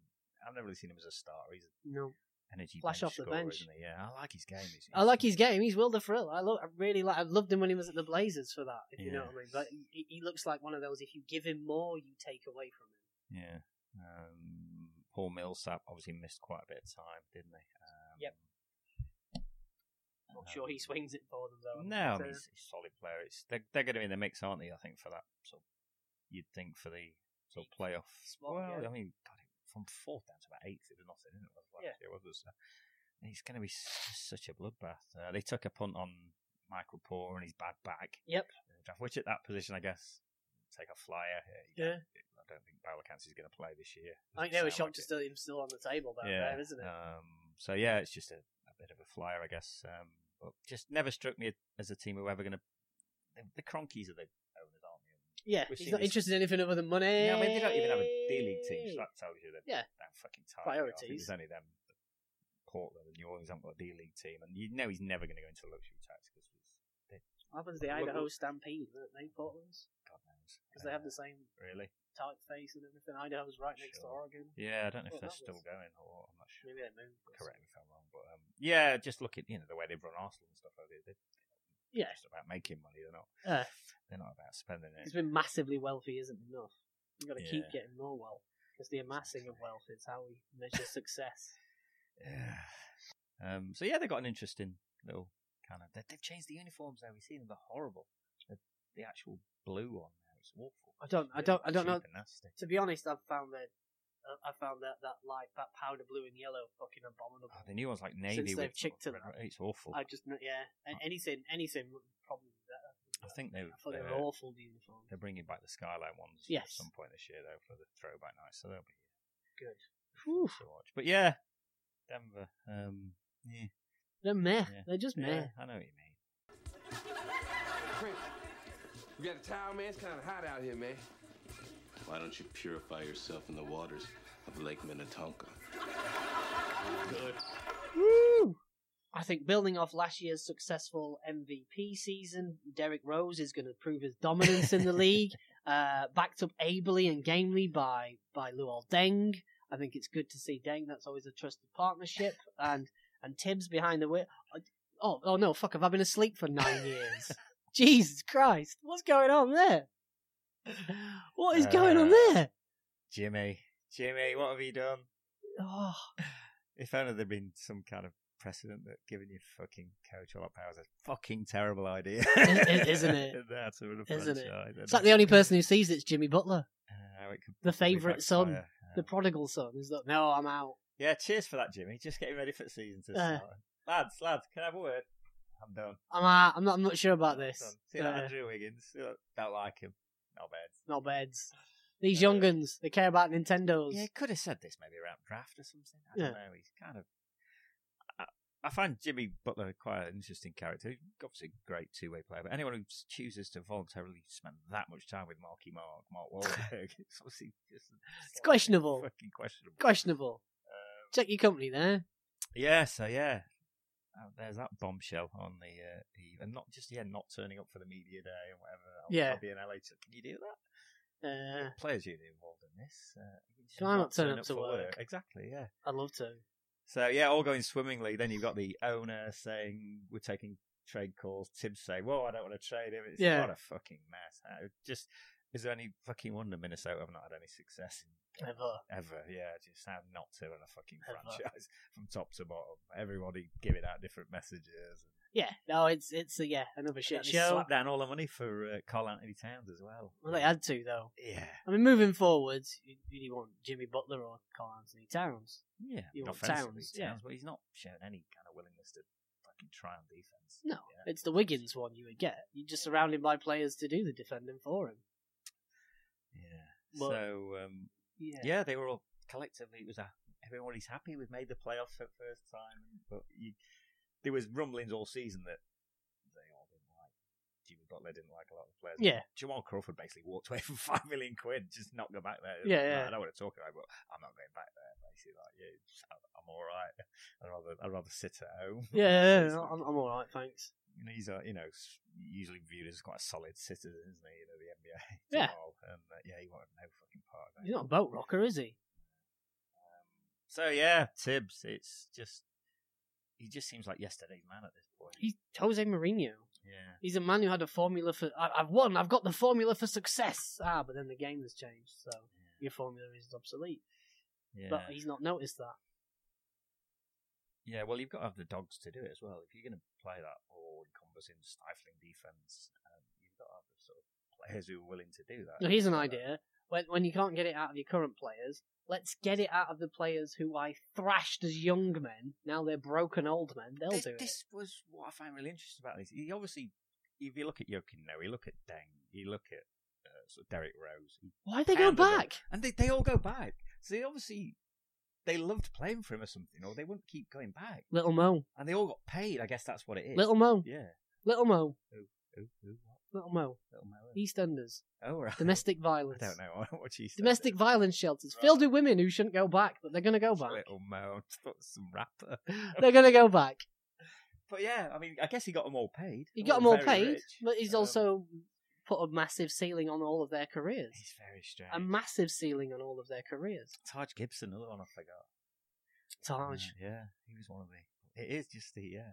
Speaker 1: I've never really seen him as a starter. He's an
Speaker 2: no.
Speaker 1: energy
Speaker 2: Flash
Speaker 1: bench
Speaker 2: off the
Speaker 1: scorer,
Speaker 2: bench.
Speaker 1: Isn't he? Yeah, I like his game. He's,
Speaker 2: I like his game. He's Will the Thrill. I love. I really like. I loved him when he was at the Blazers for that. If you know what I mean.
Speaker 1: Yes.
Speaker 2: But he, he looks like one of those. If you give him more, you take away from him.
Speaker 1: Yeah. Um, Paul Millsap obviously missed quite a bit of time, didn't he? Um,
Speaker 2: Yep. Not sure he swings it for them though.
Speaker 1: No, I
Speaker 2: So,
Speaker 1: mean, he's he's a solid player. It's, they're they're going to be in the mix, aren't they? I think for that. So you'd think for the sort of playoff.
Speaker 2: Spot,
Speaker 1: well,
Speaker 2: yeah.
Speaker 1: I mean, God, it- from fourth down to about eighth, it was nothing, didn't it? Was last
Speaker 2: Yeah.
Speaker 1: year, was it? So it's going to be s- such a bloodbath. Uh, they took a punt on Michael Poor and his bad back.
Speaker 2: Yep.
Speaker 1: in the draft, Which at that position, I guess, take a flyer.
Speaker 2: yeah.
Speaker 1: I don't think Balakans is going to play this year.
Speaker 2: I
Speaker 1: Doesn't
Speaker 2: think they were
Speaker 1: sound
Speaker 2: shocked
Speaker 1: like
Speaker 2: to
Speaker 1: it.
Speaker 2: still him still on the table down there, isn't it?
Speaker 1: Um, so yeah, it's just a, a bit of a flyer, I guess. Um, but just never struck me as a team who were ever going to. The, the Cronkies are the owners, aren't they?
Speaker 2: yeah,
Speaker 1: we've
Speaker 2: he's
Speaker 1: seen
Speaker 2: not
Speaker 1: this-
Speaker 2: interested in anything other than money.
Speaker 1: Yeah, I mean they don't even have a D League team, so that tells you that
Speaker 2: Yeah.
Speaker 1: that fucking tired. they are. I think
Speaker 2: Priorities.
Speaker 1: There's only them. Portland and New Orleans haven't got a D League team, and you know he's never going to go into luxury tax because
Speaker 2: What happens to the
Speaker 1: Look, look.
Speaker 2: Idaho Stampede? Don't they Portland's
Speaker 1: God knows
Speaker 2: because they have the same
Speaker 1: Uh, really.
Speaker 2: typeface and everything. Idaho's right next to
Speaker 1: Sure.
Speaker 2: Oregon.
Speaker 1: Yeah, I don't know
Speaker 2: Well,
Speaker 1: if they're
Speaker 2: that
Speaker 1: still
Speaker 2: was-
Speaker 1: going or I'm not sure.
Speaker 2: Maybe they moved. or
Speaker 1: correct me if I'm wrong, but um, yeah, just look at you know the way they've run Arsenal and stuff like that. They're
Speaker 2: Yeah.
Speaker 1: just about making money. They're not.
Speaker 2: something. Uh,
Speaker 1: They're not about spending
Speaker 2: he's
Speaker 1: it.
Speaker 2: been massively wealthy, isn't enough. You've got to keep
Speaker 1: Yeah.
Speaker 2: getting more wealth because the amassing of wealth is how we measure success.
Speaker 1: Yeah. Um. So yeah, they got an interesting little kind of. They, they've changed the uniforms now. We see them. They're horrible. The, the actual blue one now. It's awful.
Speaker 2: I don't-
Speaker 1: It's
Speaker 2: I don't-
Speaker 1: really
Speaker 2: I don't know-
Speaker 1: cheap and nasty.
Speaker 2: To be honest, I've found that uh, I found that that light, that powder blue and yellow, fucking abominable.
Speaker 1: Oh, the new one's like navy.
Speaker 2: they've
Speaker 1: with sort
Speaker 2: chicked
Speaker 1: of
Speaker 2: it
Speaker 1: red-
Speaker 2: up.
Speaker 1: It's awful.
Speaker 2: I just yeah,
Speaker 1: Oh.
Speaker 2: a- anything, anything would probably be better.
Speaker 1: I think they.
Speaker 2: I thought they
Speaker 1: uh,
Speaker 2: were awful the uniforms.
Speaker 1: They're bringing back the skyline ones
Speaker 2: Yes.
Speaker 1: at some point this year though for the throwback night, so they'll be
Speaker 2: Good.
Speaker 1: fun to watch. But yeah, Denver. Um, yeah,
Speaker 2: They're meh.
Speaker 1: Yeah.
Speaker 2: They're just meh.
Speaker 1: yeah, I know what you mean.
Speaker 4: Prince, you got a towel, man? It's kind of hot out here, man.
Speaker 5: Why don't you purify yourself in the waters of Lake Minnetonka?
Speaker 2: Woo! I think building off last year's successful MVP season, Derek Rose is going to prove his dominance in the league, uh, backed up ably and gamely by by Luol Deng. I think it's good to see Deng. That's always a trusted partnership, and and Tibbs behind the wheel. Oh, oh no! Fuck! Have I been asleep for nine years? Jesus Christ! What's going on there? What is going on
Speaker 1: Uh,
Speaker 2: there?
Speaker 1: Jimmy, Jimmy, what have you done?
Speaker 2: Oh,
Speaker 1: If only there'd been some kind of precedent that giving your fucking coach all that power is a fucking terrible idea,
Speaker 2: I- isn't it?
Speaker 1: That's a
Speaker 2: it?
Speaker 1: franchise.
Speaker 2: it's like the only person who sees it's Jimmy Butler,
Speaker 1: Uh, how it could
Speaker 2: the
Speaker 1: probably
Speaker 2: favourite son,
Speaker 1: backfire.
Speaker 2: the
Speaker 1: Um,
Speaker 2: prodigal son. Is like, no, I'm out.
Speaker 1: Yeah, cheers for that, Jimmy. Just getting ready for the season to
Speaker 2: Uh.
Speaker 1: start. lads, lads, can I have a word? I'm done.
Speaker 2: I'm uh, I'm not I'm not sure about
Speaker 1: Done.
Speaker 2: this.
Speaker 1: See that
Speaker 2: Uh,
Speaker 1: Andrew Wiggins. See that- Don't like him. Not bad.
Speaker 2: not beds. These young uns, they care about Nintendos.
Speaker 1: Yeah, he could have said this maybe around draft or something. I
Speaker 2: Yeah.
Speaker 1: don't know. He's kind of. I, I find Jimmy Butler quite an interesting character. He's obviously a great two way player, but anyone who s- chooses to voluntarily spend that much time with Marky Mark, Mark Wahlberg, it's obviously just. It's
Speaker 2: questionable.
Speaker 1: Fucking questionable.
Speaker 2: Questionable.
Speaker 1: Um,
Speaker 2: Check your company there.
Speaker 1: yeah, so yeah. Uh, there's that bombshell on the uh, eve, and not just yeah, not turning up for the media day and whatever. I'll,
Speaker 2: Yeah.
Speaker 1: I'll be in LA. To, can you do that?
Speaker 2: Uh,
Speaker 1: Players union involved in this. Uh, you just
Speaker 2: Can I not turn up to
Speaker 1: for
Speaker 2: work?
Speaker 1: Exactly. Yeah.
Speaker 2: Uh, I'd love to.
Speaker 1: So yeah, all going swimmingly. Then you've got the owner saying we're taking trade calls. Tim saying, "Well, I don't want to trade him." It's
Speaker 2: Yeah.
Speaker 1: what a fucking mess. Uh, Just is there any fucking wonder Minnesota have not had any success in,
Speaker 2: Ever.
Speaker 1: ever? Yeah, just how not to in a fucking
Speaker 2: Ever.
Speaker 1: franchise from top to bottom. Everybody giving out different messages.
Speaker 2: Yeah. No, it's it's a, yeah another
Speaker 1: And
Speaker 2: shit
Speaker 1: they
Speaker 2: show.
Speaker 1: slapped down all the money for uh, Carl Anthony Towns as well.
Speaker 2: Well, they had to though.
Speaker 1: yeah,
Speaker 2: I mean, moving forwards, you really want Jimmy Butler or Carl Anthony Towns.
Speaker 1: yeah.
Speaker 2: You want
Speaker 1: Offensively,
Speaker 2: Towns, yeah.
Speaker 1: but he's not showing any kind of willingness to can try on defense.
Speaker 2: No, it's the Wiggins one you would get. You just surround him by players to do the defending for him.
Speaker 1: Yeah.
Speaker 2: Well-
Speaker 1: so um,
Speaker 2: Yeah.
Speaker 1: yeah, they were all collectively. It was a, everybody's happy. We've made the playoffs for the first time, but you, there was rumblings all season that they all didn't like. Jimmy Butler didn't like a lot of the players.
Speaker 2: Yeah.
Speaker 1: Jamal Crawford basically walked away from five million quid, just not go back there. No,
Speaker 2: Yeah, yeah.
Speaker 1: I don't want to talk about, it, but I'm not going back there. Basically, like, yeah, I'm- I'm all right. I'd rather I'd rather sit at home.
Speaker 2: Yeah, yeah, yeah, I'm, I'm all right, thanks.
Speaker 1: And he's a, you know s- usually viewed as quite a solid citizen, isn't he? You know the NBA.
Speaker 2: Yeah.
Speaker 1: Jamal. and uh, yeah, he wanted no fucking part of that.
Speaker 2: He's not a boat rocker, is he?
Speaker 1: So yeah, Tibbs. It's just he just seems like yesterday's man at this point.
Speaker 2: He's Jose Mourinho.
Speaker 1: yeah,
Speaker 2: He's a man who had a formula for. I, I've won. I've got the formula for success. Ah, but then the game has changed, so your formula is obsolete.
Speaker 1: yeah,
Speaker 2: But he's not noticed that.
Speaker 1: yeah. Well, you've got to have the dogs to do it as well. If you're going to play that all-encompassing, stifling defense, um, you've got to have the sort of players who are willing to do that.
Speaker 2: Now, here's an idea: when when you can't get it out of your current players, let's get it out of the players who I thrashed as young men. Now they're broken old men. They'll
Speaker 1: this,
Speaker 2: do it.
Speaker 1: this was what I found really interesting about this. He obviously, if you look at Jokin now, you look at Deng, you look at uh, sort of Derek Rose, he
Speaker 2: Why they go
Speaker 1: pounded them.
Speaker 2: back?
Speaker 1: and they, they all go back. So they obviously they loved playing for him or something, or they wouldn't keep going back.
Speaker 2: Little Mo,
Speaker 1: And they all got paid. I guess that's what it is.
Speaker 2: Little Mo,
Speaker 1: yeah.
Speaker 2: Little Mo,
Speaker 1: Who, who, what?
Speaker 2: Little Mo.
Speaker 1: Little Mo.
Speaker 2: EastEnders,
Speaker 1: Oh, right.
Speaker 2: domestic
Speaker 1: I
Speaker 2: violence.
Speaker 1: don't know what she said.
Speaker 2: Domestic violence shelters filled with women who shouldn't go back, but they're going to go back.
Speaker 1: Little Mo. I just thought it was some rapper.
Speaker 2: They're going to go back.
Speaker 1: but yeah, I mean, I guess he got them all paid.
Speaker 2: He
Speaker 1: They
Speaker 2: got
Speaker 1: were
Speaker 2: them
Speaker 1: very
Speaker 2: all paid,
Speaker 1: rich.
Speaker 2: but he's
Speaker 1: Um,
Speaker 2: also put a massive ceiling on all of their careers.
Speaker 1: He's very strange.
Speaker 2: A massive ceiling on all of their careers.
Speaker 1: Taj Gibson, another one I forgot.
Speaker 2: Taj,
Speaker 1: Yeah, yeah, he was one of the. It is just the, yeah,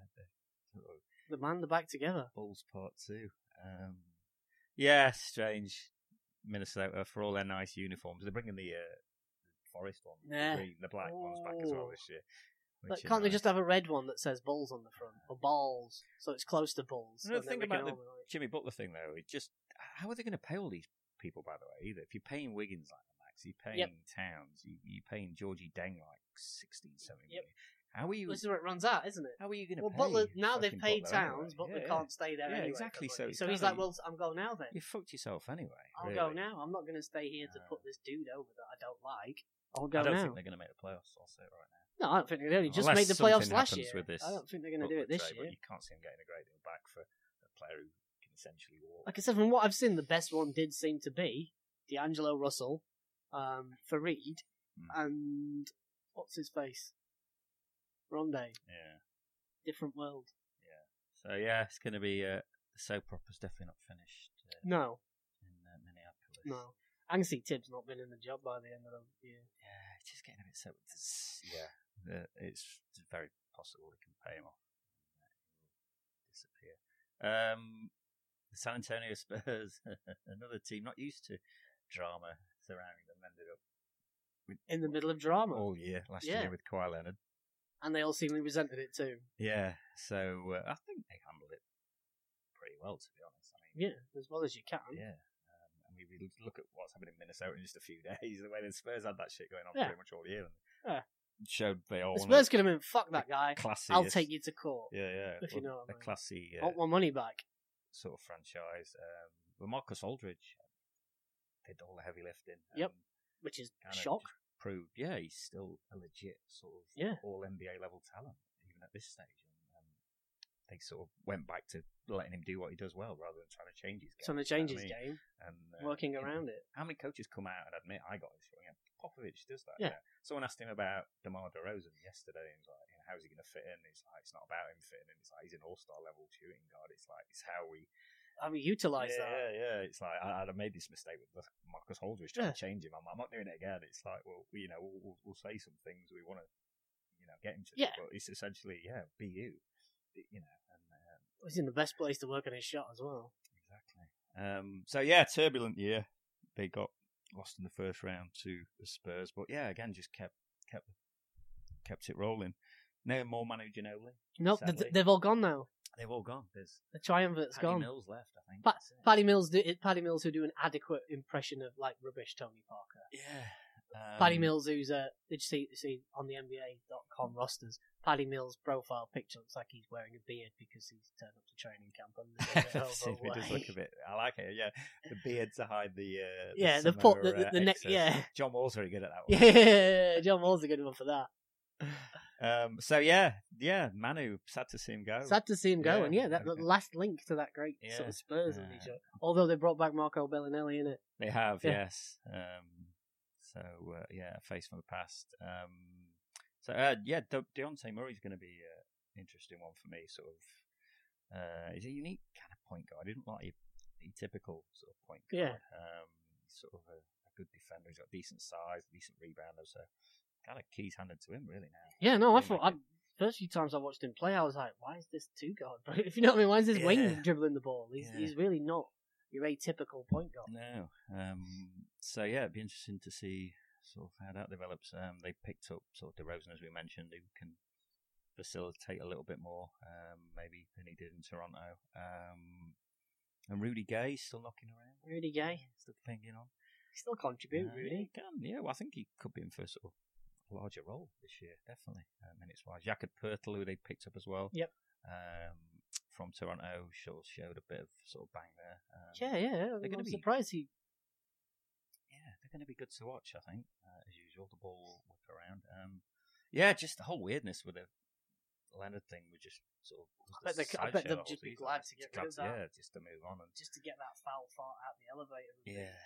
Speaker 1: the sort of
Speaker 2: the man, the back together.
Speaker 1: Bulls part two. Um, yeah, strange. Minnesota for all their nice uniforms. They're bringing the uh, forest one, the,
Speaker 2: Yeah.
Speaker 1: green, the black ones back as well
Speaker 2: Oh.
Speaker 1: this year.
Speaker 2: Like,
Speaker 1: which is
Speaker 2: can't they
Speaker 1: nice.
Speaker 2: just have a red one that says balls on the front or balls, so it's close to balls?
Speaker 1: Another
Speaker 2: and then
Speaker 1: thing
Speaker 2: we can
Speaker 1: about the
Speaker 2: all relate.
Speaker 1: Jimmy Butler thing, though, it just how are they going to pay all these people? By the way, either if you're paying Wiggins like that, Max, you're paying
Speaker 2: Yep.
Speaker 1: Towns, you, you're paying Georgie Deng like 16, 17
Speaker 2: Yep.
Speaker 1: million. How are you?
Speaker 2: This is where it runs out, isn't it?
Speaker 1: how are you going to
Speaker 2: Well,
Speaker 1: pay?
Speaker 2: Butler now they've
Speaker 1: fucking
Speaker 2: paid
Speaker 1: Butler anyway?
Speaker 2: Towns, Butler
Speaker 1: Yeah, yeah.
Speaker 2: can't stay there
Speaker 1: Yeah,
Speaker 2: anyway.
Speaker 1: exactly,
Speaker 2: for
Speaker 1: so
Speaker 2: money.
Speaker 1: it's
Speaker 2: so he's
Speaker 1: kinda-
Speaker 2: like, well, I'm going now then.
Speaker 1: You fucked yourself anyway.
Speaker 2: I'll
Speaker 1: really.
Speaker 2: go now. I'm not going to stay here to
Speaker 1: Uh,
Speaker 2: put this dude over that I don't like. I'll go
Speaker 1: I don't
Speaker 2: now.
Speaker 1: think they're going to make the playoffs. I'll say it right now.
Speaker 2: No, I don't think they're going to. Just
Speaker 1: Unless
Speaker 2: made the playoffs
Speaker 1: something
Speaker 2: last year.
Speaker 1: happens with this
Speaker 2: I don't think they're going to do
Speaker 1: Butler
Speaker 2: it this
Speaker 1: trade,
Speaker 2: year.
Speaker 1: but you can't see him getting a great deal back for a player who can essentially walk.
Speaker 2: Like I said, from what I've seen, the best one did seem to be D'Angelo Russell, um, Farid,
Speaker 1: Mm.
Speaker 2: and what's his face? Rondé.
Speaker 1: Yeah.
Speaker 2: Different world.
Speaker 1: So yeah, it's going to be uh, the soap opera's definitely not finished uh,
Speaker 2: No,
Speaker 1: in uh, Minneapolis.
Speaker 2: no. I can see Tibbs not been in the job by the end of the year.
Speaker 1: Yeah, it's just getting a bit so. it's- Yeah, the- it's very possible they can pay him off. uh, Disappear. Um, the San Antonio Spurs, another team not used to drama surrounding them, ended up
Speaker 2: In the middle of drama.
Speaker 1: all year last
Speaker 2: Yeah.
Speaker 1: year with Kawhi Leonard.
Speaker 2: And they all seemingly resented it too.
Speaker 1: Yeah, so uh, I think they handled it pretty well, to be honest. I mean,
Speaker 2: Yeah, as well as you can.
Speaker 1: yeah. Um, I mean, we look at what's happened in Minnesota in just a few days. The way the Spurs had that shit going on
Speaker 2: Yeah.
Speaker 1: pretty much all year, and
Speaker 2: Yeah.
Speaker 1: showed they all
Speaker 2: The
Speaker 1: wanna-
Speaker 2: Spurs could have been, fuck that guy.
Speaker 1: classy.
Speaker 2: I'll take you to court.
Speaker 1: Yeah, yeah.
Speaker 2: if you
Speaker 1: Well,
Speaker 2: know what
Speaker 1: a
Speaker 2: I mean.
Speaker 1: classy
Speaker 2: I
Speaker 1: uh,
Speaker 2: want my money back.
Speaker 1: sort of franchise. Um, but Marcus Aldridge did all the heavy lifting.
Speaker 2: Yep.
Speaker 1: and
Speaker 2: which is
Speaker 1: kinda
Speaker 2: shock.
Speaker 1: just Proved, yeah, he's still a legit sort of
Speaker 2: Yeah.
Speaker 1: all NBA level talent, even at this stage. And, um, they sort of went back to letting him do what he does well, rather than trying to change his game.
Speaker 2: Trying
Speaker 1: you
Speaker 2: to
Speaker 1: know
Speaker 2: change
Speaker 1: what
Speaker 2: his
Speaker 1: I mean?
Speaker 2: game,
Speaker 1: and uh,
Speaker 2: working
Speaker 1: you know,
Speaker 2: around it.
Speaker 1: How many coaches come out and admit I got this wrong? Yeah, Popovich does that.
Speaker 2: Yeah.
Speaker 1: Yeah. Someone asked him about DeMar DeRozan yesterday, and he's like, you know, "How's he going to fit in?" It's like it's not about him fitting in. It's like he's an all-star level shooting guard. It's like it's how we
Speaker 2: How we utilize
Speaker 1: yeah,
Speaker 2: that.
Speaker 1: Yeah, yeah. It's like I, I made this mistake with Marcus Aldridge trying to change him. I'm, I'm not doing it again. It's like, well, you know, we'll, we'll, we'll say some things we want to, you know, get him to. do,
Speaker 2: Yeah.
Speaker 1: But it's essentially, yeah, be you, you know. And, um,
Speaker 2: He's in the best place to work on his shot as well.
Speaker 1: exactly. Um, so yeah, turbulent year. They got lost in the first round to the Spurs, but yeah, again, just kept kept kept it rolling. No more Manu Ginobili.
Speaker 2: Nope, th-
Speaker 1: Sadly.
Speaker 2: they've all gone now.
Speaker 1: They've all gone. There's
Speaker 2: The triumvirate's
Speaker 1: Patty
Speaker 2: gone.
Speaker 1: Mills left, I think.
Speaker 2: Pa-
Speaker 1: That's it.
Speaker 2: Paddy Mills, do, it- Paddy Mills, who do an adequate impression of like rubbish Tony Parker.
Speaker 1: Yeah. Um,
Speaker 2: Paddy Mills, who's uh, did you see, see on the NBA.com rosters? Paddy Mills' profile picture looks like he's wearing a beard because he's turned up to training camp.
Speaker 1: it
Speaker 2: And
Speaker 1: does look a bit. I like it. Yeah, the beard to hide the. Uh,
Speaker 2: Yeah, the
Speaker 1: summer,
Speaker 2: port- the-
Speaker 1: uh,
Speaker 2: the- the neck-
Speaker 1: excess.
Speaker 2: yeah.
Speaker 1: John Wall's very good at that one.
Speaker 2: Yeah, John Wall's a good one for that.
Speaker 1: Um, so yeah, yeah, Manu. Sad to see him go.
Speaker 2: Sad to see him go,
Speaker 1: Oh, yeah,
Speaker 2: and yeah, that the
Speaker 1: okay.
Speaker 2: last link to that great sort
Speaker 1: Yeah,
Speaker 2: of Spurs of
Speaker 1: yeah.
Speaker 2: each other. Although they brought back Marco Bellinelli in it.
Speaker 1: They have,
Speaker 2: Yeah.
Speaker 1: yes. Um, so uh, yeah, a face from the past. Um, so uh, yeah, De- Deontay Murray's going to be an interesting one for me. Sort of, uh, he's a unique kind of point guard. He didn't like your, your typical sort of point guard.
Speaker 2: Yeah.
Speaker 1: Um, he's sort of a, a good defender. He's got decent size, decent rebounder. So kind of keys handed to him really now.
Speaker 2: Yeah, no,
Speaker 1: Yeah,
Speaker 2: I thought I,
Speaker 1: like
Speaker 2: first few times I watched him play, I was like, why is this two guard? But if you know what I mean, why is this wing
Speaker 1: Yeah.
Speaker 2: dribbling the ball? He's
Speaker 1: Yeah.
Speaker 2: he's really not your atypical point guard.
Speaker 1: No. Um, so yeah, it'd be interesting to see sort of how that develops. Um, they picked up sort of DeRozan as we mentioned, who can facilitate a little bit more, um, maybe than he did in Toronto. Um, and Rudy Gay still knocking around,
Speaker 2: Rudy Gay
Speaker 1: still clinging on.
Speaker 2: still contribute,
Speaker 1: Uh, yeah,
Speaker 2: Rudy.
Speaker 1: he can. Yeah, well, I think he could be in for a sort of larger role this year, definitely uh, minutes wise. Jakob Pertl, who they picked up as well.
Speaker 2: Yep.
Speaker 1: Um, from Toronto, sure showed a bit of sort of bang there. Um,
Speaker 2: Yeah, yeah. I'm
Speaker 1: gonna be-
Speaker 2: surprised he.
Speaker 1: yeah, they're going to be good to watch. I think, uh, as usual, the ball will whip around. Um, yeah, just the whole weirdness with the Leonard thing was just sort of.
Speaker 2: I bet they- I bet they'll just be glad to get rid of that.
Speaker 1: Yeah, just to move on and
Speaker 2: Just to get that foul fart out the elevator would
Speaker 1: yeah,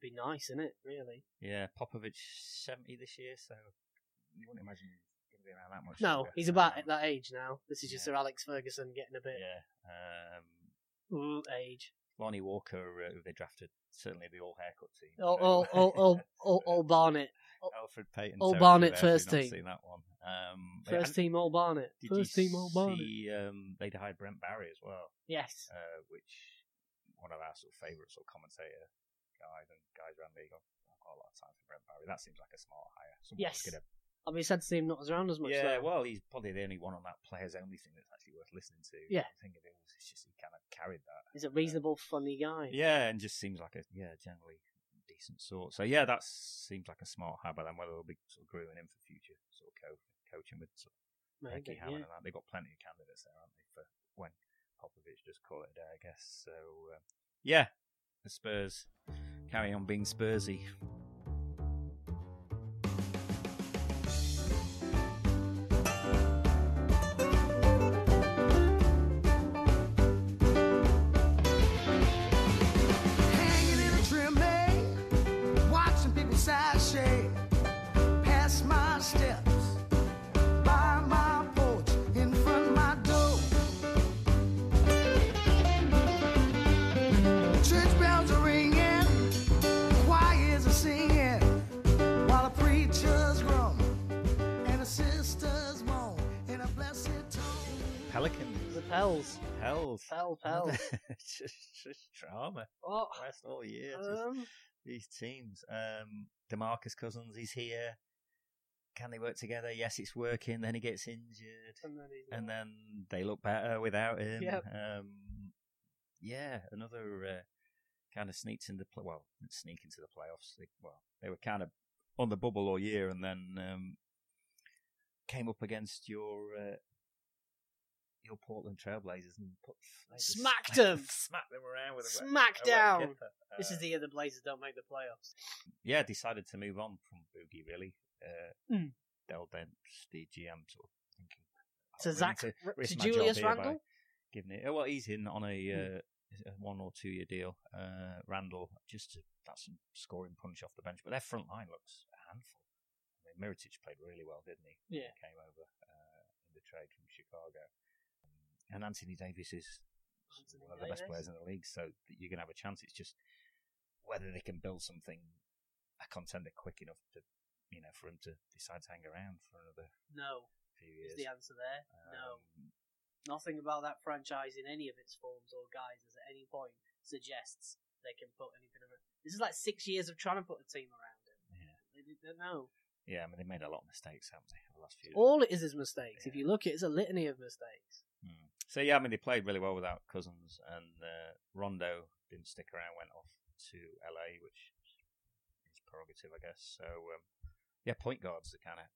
Speaker 2: be nice, isn't it? Really?
Speaker 1: yeah. Popovich seventy this year, so you wouldn't imagine he's going to be around that much.
Speaker 2: No,
Speaker 1: longer.
Speaker 2: he's about
Speaker 1: Um,
Speaker 2: at that age now. This is just
Speaker 1: yeah.
Speaker 2: Sir Alex Ferguson getting a bit
Speaker 1: Yeah, um,
Speaker 2: ooh, age.
Speaker 1: Lonnie Walker, uh, who they drafted, certainly the all haircut team.
Speaker 2: Oh,
Speaker 1: so-
Speaker 2: oh, oh, oh, oh, oh Barnett.
Speaker 1: Alfred Payton.
Speaker 2: Ole
Speaker 1: territory
Speaker 2: Barnett
Speaker 1: there, if
Speaker 2: first
Speaker 1: you've not
Speaker 2: team.
Speaker 1: Seen that one. Um, yeah,
Speaker 2: First
Speaker 1: and
Speaker 2: team All Barnett.
Speaker 1: did you
Speaker 2: First team All Barnett.
Speaker 1: see, um, they'd hired Brent Barry as well.
Speaker 2: Yes.
Speaker 1: uh, which one of our sort of favourite sort of commentator guys and guys around the league. I've I've got a lot of time for Brent Barry. That seems like a smart hire. Someone
Speaker 2: Yes.
Speaker 1: who's gonna-
Speaker 2: I'll be sad to see him not as around as much.
Speaker 1: yeah,
Speaker 2: though.
Speaker 1: well, he's probably the only one on that players only thing that's actually worth listening to.
Speaker 2: Yeah.
Speaker 1: The thing of it was it's just he kind of carried that.
Speaker 2: He's a reasonable, funny guy.
Speaker 1: Yeah, and just seems like a yeah generally decent sort. So yeah, that seems like a smart hire. But then whether it'll be sort of growing in for future sort of co- coaching with sort of
Speaker 2: Maybe,
Speaker 1: Becky
Speaker 2: yeah.
Speaker 1: Hammond and that. They've got plenty of candidates there, aren't they, for when Popovich does call it a day, I guess. So, um, yeah, the Spurs carry on being Spursy.
Speaker 3: Hanging in a trim bay, watching people sashay past my steps, by my porch, in front of my door. Church bells are ringing, choirs are singing, while the preachers groan and the sisters moan in a blessed tone.
Speaker 1: Pelicans.
Speaker 2: The Pels.
Speaker 1: Hells.
Speaker 2: Pel, Pel.
Speaker 1: just, just drama.
Speaker 2: oh,
Speaker 1: West all year. Just
Speaker 2: um,
Speaker 1: these teams. Um, Demarcus Cousins, he's here. Can they work together? Yes, it's working. Then he gets injured.
Speaker 2: and then he's
Speaker 1: and then they look better without him.
Speaker 2: Yep.
Speaker 1: Um, yeah, another uh, kind of sneaks into pl- well, didn't sneak into the playoffs. They, well, they were kind of on the bubble all year, and then um, came up against your uh, your Portland Trailblazers and put they just
Speaker 2: Smacked
Speaker 1: smacked
Speaker 2: 'em.
Speaker 1: smacked them around with a wet- a
Speaker 2: Smack
Speaker 1: wet
Speaker 2: down.
Speaker 1: kipper.
Speaker 2: This is
Speaker 1: Uh, Oh,
Speaker 2: the year the Blazers don't make the playoffs.
Speaker 1: yeah, decided to move on from Boogie really. Uh,
Speaker 2: Mm.
Speaker 1: Del Dent, the GM, sort of thinking.
Speaker 2: To
Speaker 1: "Oh, we need
Speaker 2: Zach,
Speaker 1: to
Speaker 2: to
Speaker 1: risk my job
Speaker 2: Julius
Speaker 1: here by
Speaker 2: Randle.
Speaker 1: giving it. oh, Well, he's in on a,
Speaker 2: Hmm.
Speaker 1: uh, is it a one or two year deal. Uh, Randall just to, that's some scoring punch off the bench, but their front line looks a handful. I mean, Miritich played really well, didn't he? when
Speaker 2: Yeah.
Speaker 1: he came over uh, in the trade from Chicago, and Anthony Davis is
Speaker 2: Anthony
Speaker 1: one of the best
Speaker 2: Davis.
Speaker 1: players in the league, so that you're going to have a chance. It's just whether they can build something a contender quick enough to, you know, for him to decide to hang around for another
Speaker 2: No,
Speaker 1: few
Speaker 2: is
Speaker 1: years.
Speaker 2: the answer there.
Speaker 1: Um,
Speaker 2: No, nothing about that franchise in any of its forms or guises at any point suggests they can put anything around. This is like six years of trying to put a team around him.
Speaker 1: Yeah.
Speaker 2: They didn't know.
Speaker 1: Yeah, I mean they made a lot of mistakes, haven't they, over the last few? years?
Speaker 2: All it is is mistakes. If you look at it, it's a litany of mistakes.
Speaker 1: Mm. So yeah, I mean they played really well without Cousins, and uh, Rondo didn't stick around, went off to LA, which is prerogative, I guess. So, um, yeah, point guard's the kind of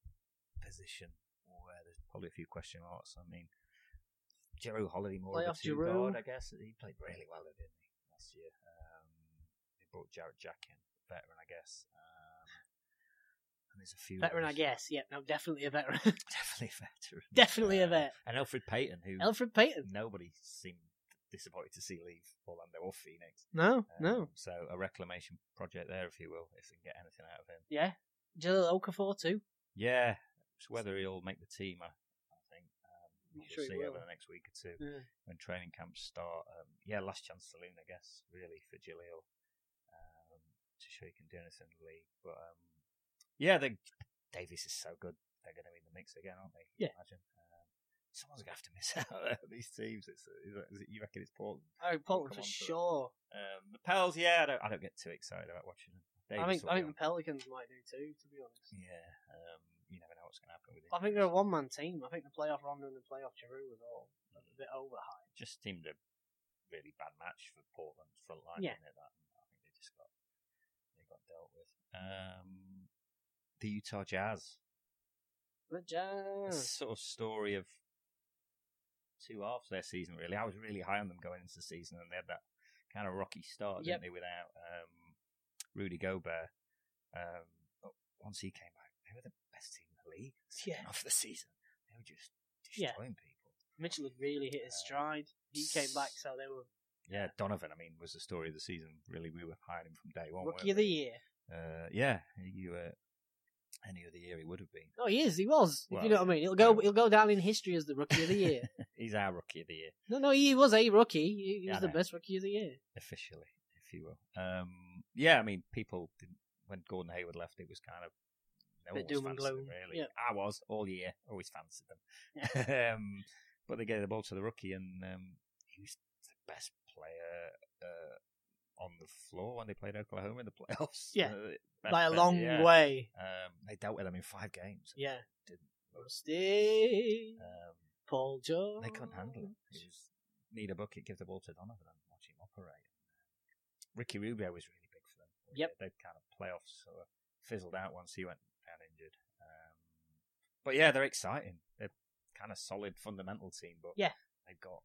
Speaker 1: position where there's probably a few question marks. I mean, Giroud Holiday more of a
Speaker 2: Playoff
Speaker 1: two
Speaker 2: Giroud.
Speaker 1: guard, I guess. He played really well, though, didn't he, last year? Um, they brought Jarrett Jack in, veteran, I guess. Um, and there's a few
Speaker 2: Veteran, I
Speaker 1: others.
Speaker 2: guess. Yeah, no, definitely a veteran.
Speaker 1: Definitely a veteran.
Speaker 2: Definitely a
Speaker 1: Um,
Speaker 2: vet.
Speaker 1: And Alfred Payton, who
Speaker 2: Alfred Payton.
Speaker 1: nobody seemed disappointed to see leave Orlando or Phoenix. Um,
Speaker 2: No, no.
Speaker 1: So a reclamation project there, if you will, if they can get anything out of him.
Speaker 2: Yeah. Jill Okafor, too.
Speaker 1: Yeah, it's whether he'll make the team. I, I think um,
Speaker 2: I'm
Speaker 1: we'll
Speaker 2: sure
Speaker 1: see
Speaker 2: he
Speaker 1: over
Speaker 2: will.
Speaker 1: the next week or two
Speaker 2: Yeah.
Speaker 1: when training camps start. Um, yeah, last chance saloon, I guess, really for Jaleel um, to show he can do anything in the league. But um, yeah, they, Davis is so good; they're going to be in the mix again, aren't they?
Speaker 2: Yeah.
Speaker 1: Imagine. Um, someone's going to have to miss out on these teams. It's, is it, is it, you reckon it's Portland?
Speaker 2: Oh, Portland
Speaker 1: come on to that.
Speaker 2: for sure.
Speaker 1: Um, the Pels, yeah, I don't, I don't get too excited about watching them.
Speaker 2: I
Speaker 1: Davis
Speaker 2: think,
Speaker 1: will
Speaker 2: I
Speaker 1: be
Speaker 2: think
Speaker 1: on.
Speaker 2: the Pelicans might do, too, to be honest.
Speaker 1: yeah, um, you never know what's going to happen with him.
Speaker 2: I think they're a one man team. I think the playoff Rondo and the playoff Giroux was all a bit overhyped.
Speaker 1: just seemed a really bad match for Portland's front line,
Speaker 2: Yeah.
Speaker 1: didn't it? That I think they just got they got dealt with. Um, the Utah Jazz.
Speaker 2: But
Speaker 1: It's
Speaker 2: Jazz.
Speaker 1: sort of story of two halves of their season really. I was really high on them going into the season and they had that kind of rocky start,
Speaker 2: Yep.
Speaker 1: didn't they, without um, Rudy Gobert. Um, but once he came back, they were the best team in the league.
Speaker 2: Yeah.
Speaker 1: Off the season. They were just
Speaker 2: Yeah.
Speaker 1: destroying people.
Speaker 2: Mitchell had really hit his
Speaker 1: Uh,
Speaker 2: stride. He came back, so they were
Speaker 1: Yeah, Donovan, I mean, was the story of the season. Really, we were hiring him from day one. weren't
Speaker 2: rookie of the year.
Speaker 1: we? Uh, yeah, you uh, any other year he would have been.
Speaker 2: No, he is. He was. if
Speaker 1: Well,
Speaker 2: you know what I mean, he'll go.
Speaker 1: yeah.
Speaker 2: He'll go down in history as the rookie of the year.
Speaker 1: He's our rookie of the year,
Speaker 2: no, no, he was a rookie. He, he
Speaker 1: Yeah,
Speaker 2: was
Speaker 1: I
Speaker 2: the
Speaker 1: know.
Speaker 2: best rookie of the year.
Speaker 1: officially, if you will. Um, yeah, I mean, people didn't, when Gordon Hayward left, it was kind of no one
Speaker 2: Bit
Speaker 1: was
Speaker 2: doom and
Speaker 1: fancying them,
Speaker 2: gloom,
Speaker 1: really.
Speaker 2: yeah.
Speaker 1: I was all year, always fancied them. um, but they gave the ball to the rookie, and um, he was the best player uh, on the floor when they played Oklahoma in the playoffs.
Speaker 2: Yeah.
Speaker 1: Uh, best
Speaker 2: By a
Speaker 1: player,
Speaker 2: long
Speaker 1: yeah.
Speaker 2: way.
Speaker 1: Um, they dealt with them in five games.
Speaker 2: Yeah.
Speaker 1: Didn't
Speaker 2: Rusty,
Speaker 1: Um,
Speaker 2: Paul George.
Speaker 1: they couldn't handle it. It was need a bucket, give the ball to Donovan and watch him operate. Ricky Rubio was really big for them.
Speaker 2: Yep.
Speaker 1: They kind of playoffs sort of fizzled out once he went down injured. Um, but yeah, they're exciting. They're kind of solid fundamental team, but
Speaker 2: Yeah.
Speaker 1: they've got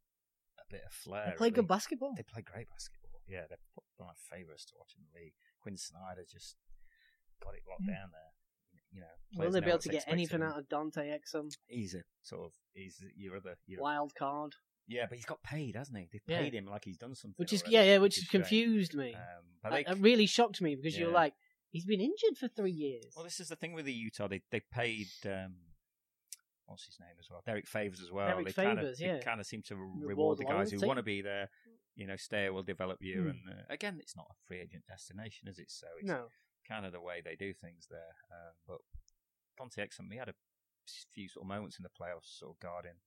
Speaker 1: a bit of flair.
Speaker 2: They played
Speaker 1: really.
Speaker 2: good basketball.
Speaker 1: They play great basketball. Yeah, they're pro- one of my favourites to watch in the league. Quinn Snyder just got it locked
Speaker 2: Mm.
Speaker 1: down there. You know,
Speaker 2: Will
Speaker 1: players
Speaker 2: they
Speaker 1: know
Speaker 2: be able
Speaker 1: what's
Speaker 2: to get
Speaker 1: expected
Speaker 2: anything
Speaker 1: them.
Speaker 2: out of Dante Exum?
Speaker 1: He's a sort of he's your other your,
Speaker 2: Wild card.
Speaker 1: yeah, but he's got paid, hasn't he? They
Speaker 2: Yeah.
Speaker 1: paid him like he's done something,
Speaker 2: Which is
Speaker 1: already,
Speaker 2: yeah, yeah, which is
Speaker 1: strange.
Speaker 2: confused me.
Speaker 1: Um, but they,
Speaker 2: That- that really shocked me because you're
Speaker 1: Yeah.
Speaker 2: like, he's been injured for three years.
Speaker 1: well, this is the thing with the Utah. They they paid um, what's his name as well, Derek Favors as well.
Speaker 2: Derek
Speaker 1: they kind of
Speaker 2: Favors, yeah.
Speaker 1: kind of seem to reward,
Speaker 2: Reward
Speaker 1: the guys who
Speaker 2: loyalty.
Speaker 1: want to be there. You know, stay will develop you,
Speaker 2: Hmm.
Speaker 1: and uh, again, it's not a free agent destination, is it? So it's
Speaker 2: no,
Speaker 1: kind of the way they do things there. Um, but Conte Exum, he had a few sort of moments in the playoffs, sort of guarding,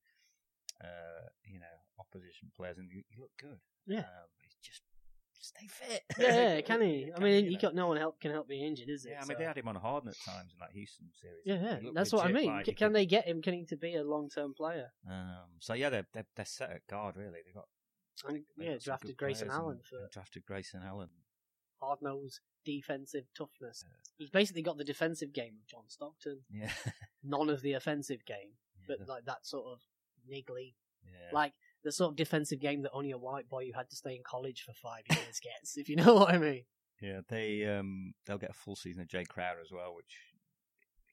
Speaker 1: uh, you know, opposition players, and he, he looked good.
Speaker 2: Yeah.
Speaker 1: um, he's just stay fit.
Speaker 2: yeah, yeah, can he? I mean,
Speaker 1: you uh,
Speaker 2: he
Speaker 1: know.
Speaker 2: got no one help can help being injured, is it?
Speaker 1: Yeah, I mean,
Speaker 2: So-
Speaker 1: they had him on Harden at times in that Houston series.
Speaker 2: yeah,
Speaker 1: He
Speaker 2: yeah.
Speaker 1: looked
Speaker 2: That's what I
Speaker 1: legit,
Speaker 2: mean.
Speaker 1: like,
Speaker 2: C-
Speaker 1: he
Speaker 2: can
Speaker 1: could-
Speaker 2: they get him? Can he to be a long term player?
Speaker 1: Um, so yeah, they're, they're they're set at guard really. They got
Speaker 2: And
Speaker 1: they
Speaker 2: yeah,
Speaker 1: got some
Speaker 2: drafted
Speaker 1: good
Speaker 2: Grayson
Speaker 1: players and-
Speaker 2: Allen for
Speaker 1: and drafted Grayson Allen.
Speaker 2: hard nosed defensive toughness. He's basically got the defensive game of John Stockton,
Speaker 1: Yeah,
Speaker 2: none of the offensive game, but
Speaker 1: yeah,
Speaker 2: like that sort of niggly,
Speaker 1: yeah.
Speaker 2: like the sort of defensive game that only a white boy who had to stay in college for five years gets, if you know what I mean.
Speaker 1: Yeah, they um they'll get a full season of Jay Crowder as well, which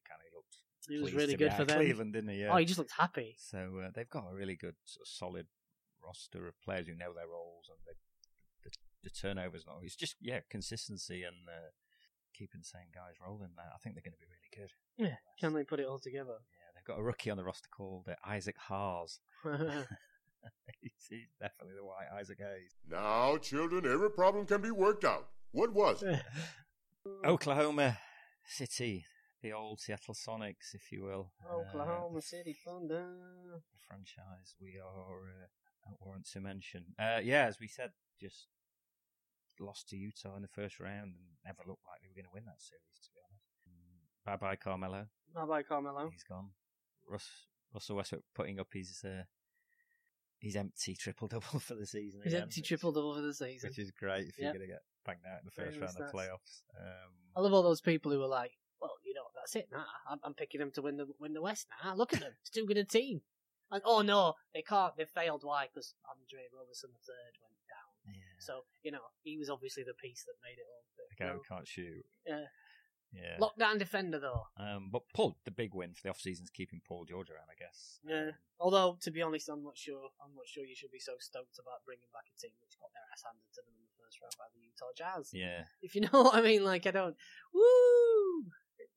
Speaker 1: kind of looked.
Speaker 2: He was
Speaker 1: pleased
Speaker 2: really
Speaker 1: to be
Speaker 2: good
Speaker 1: out
Speaker 2: for
Speaker 1: of
Speaker 2: them.
Speaker 1: Cleveland, didn't he? Yeah.
Speaker 2: Oh, he just looked happy.
Speaker 1: So uh, they've got a really good, sort of solid roster of players who know their roles, and they, the the turnovers. Not it's just yeah consistency and uh, keeping the same guys rolling. There, I think they're going to be really good.
Speaker 2: Yeah, can they put it all together?
Speaker 1: Yeah, they've got a rookie on the roster called uh, Isaac Haas. Uh, he's, he's definitely the white Isaac Hayes.
Speaker 6: Now, children, every problem can be worked out. What was it?
Speaker 1: Oklahoma City, the old Seattle Sonics, if you will. Uh,
Speaker 2: Oklahoma City Thunder.
Speaker 1: the franchise we are uh, at warrant to mention. Uh, yeah, as we said, just lost to Utah in the first round and never looked like they were going to win that series, to be honest. Mm, Bye bye, Carmelo.
Speaker 2: Bye bye, Carmelo.
Speaker 1: He's gone. Russ, Russell Westbrook putting up his uh, his empty triple double for the season.
Speaker 2: His
Speaker 1: again,
Speaker 2: empty
Speaker 1: which-
Speaker 2: triple double for the season.
Speaker 1: Which is great if
Speaker 2: Yep.
Speaker 1: you're going to get banked out in the
Speaker 2: Very
Speaker 1: first round of
Speaker 2: nice.
Speaker 1: the playoffs.
Speaker 2: I
Speaker 1: Um,
Speaker 2: love all those people who are like, well, you know, that's it now. I'm, I'm picking them to win the win the West now. Look at them, it's too good a team. Like, oh no, they can't. They failed. Why? Because Andre Robertson the third went down.
Speaker 1: yeah.
Speaker 2: So you know, he was obviously the piece that made it all. fit,
Speaker 1: The guy who
Speaker 2: you
Speaker 1: can't shoot.
Speaker 2: Yeah.
Speaker 1: Yeah.
Speaker 2: know. Lockdown defender though.
Speaker 1: Um, but Paul, the big win for the off season is keeping Paul George around, I guess.
Speaker 2: Yeah. Although to be honest, I'm not sure. I'm not sure you should be so stoked about bringing back a team which got their ass handed to them in the first round by the Utah Jazz.
Speaker 1: Yeah.
Speaker 2: If you know what I mean, like I don't. Woo!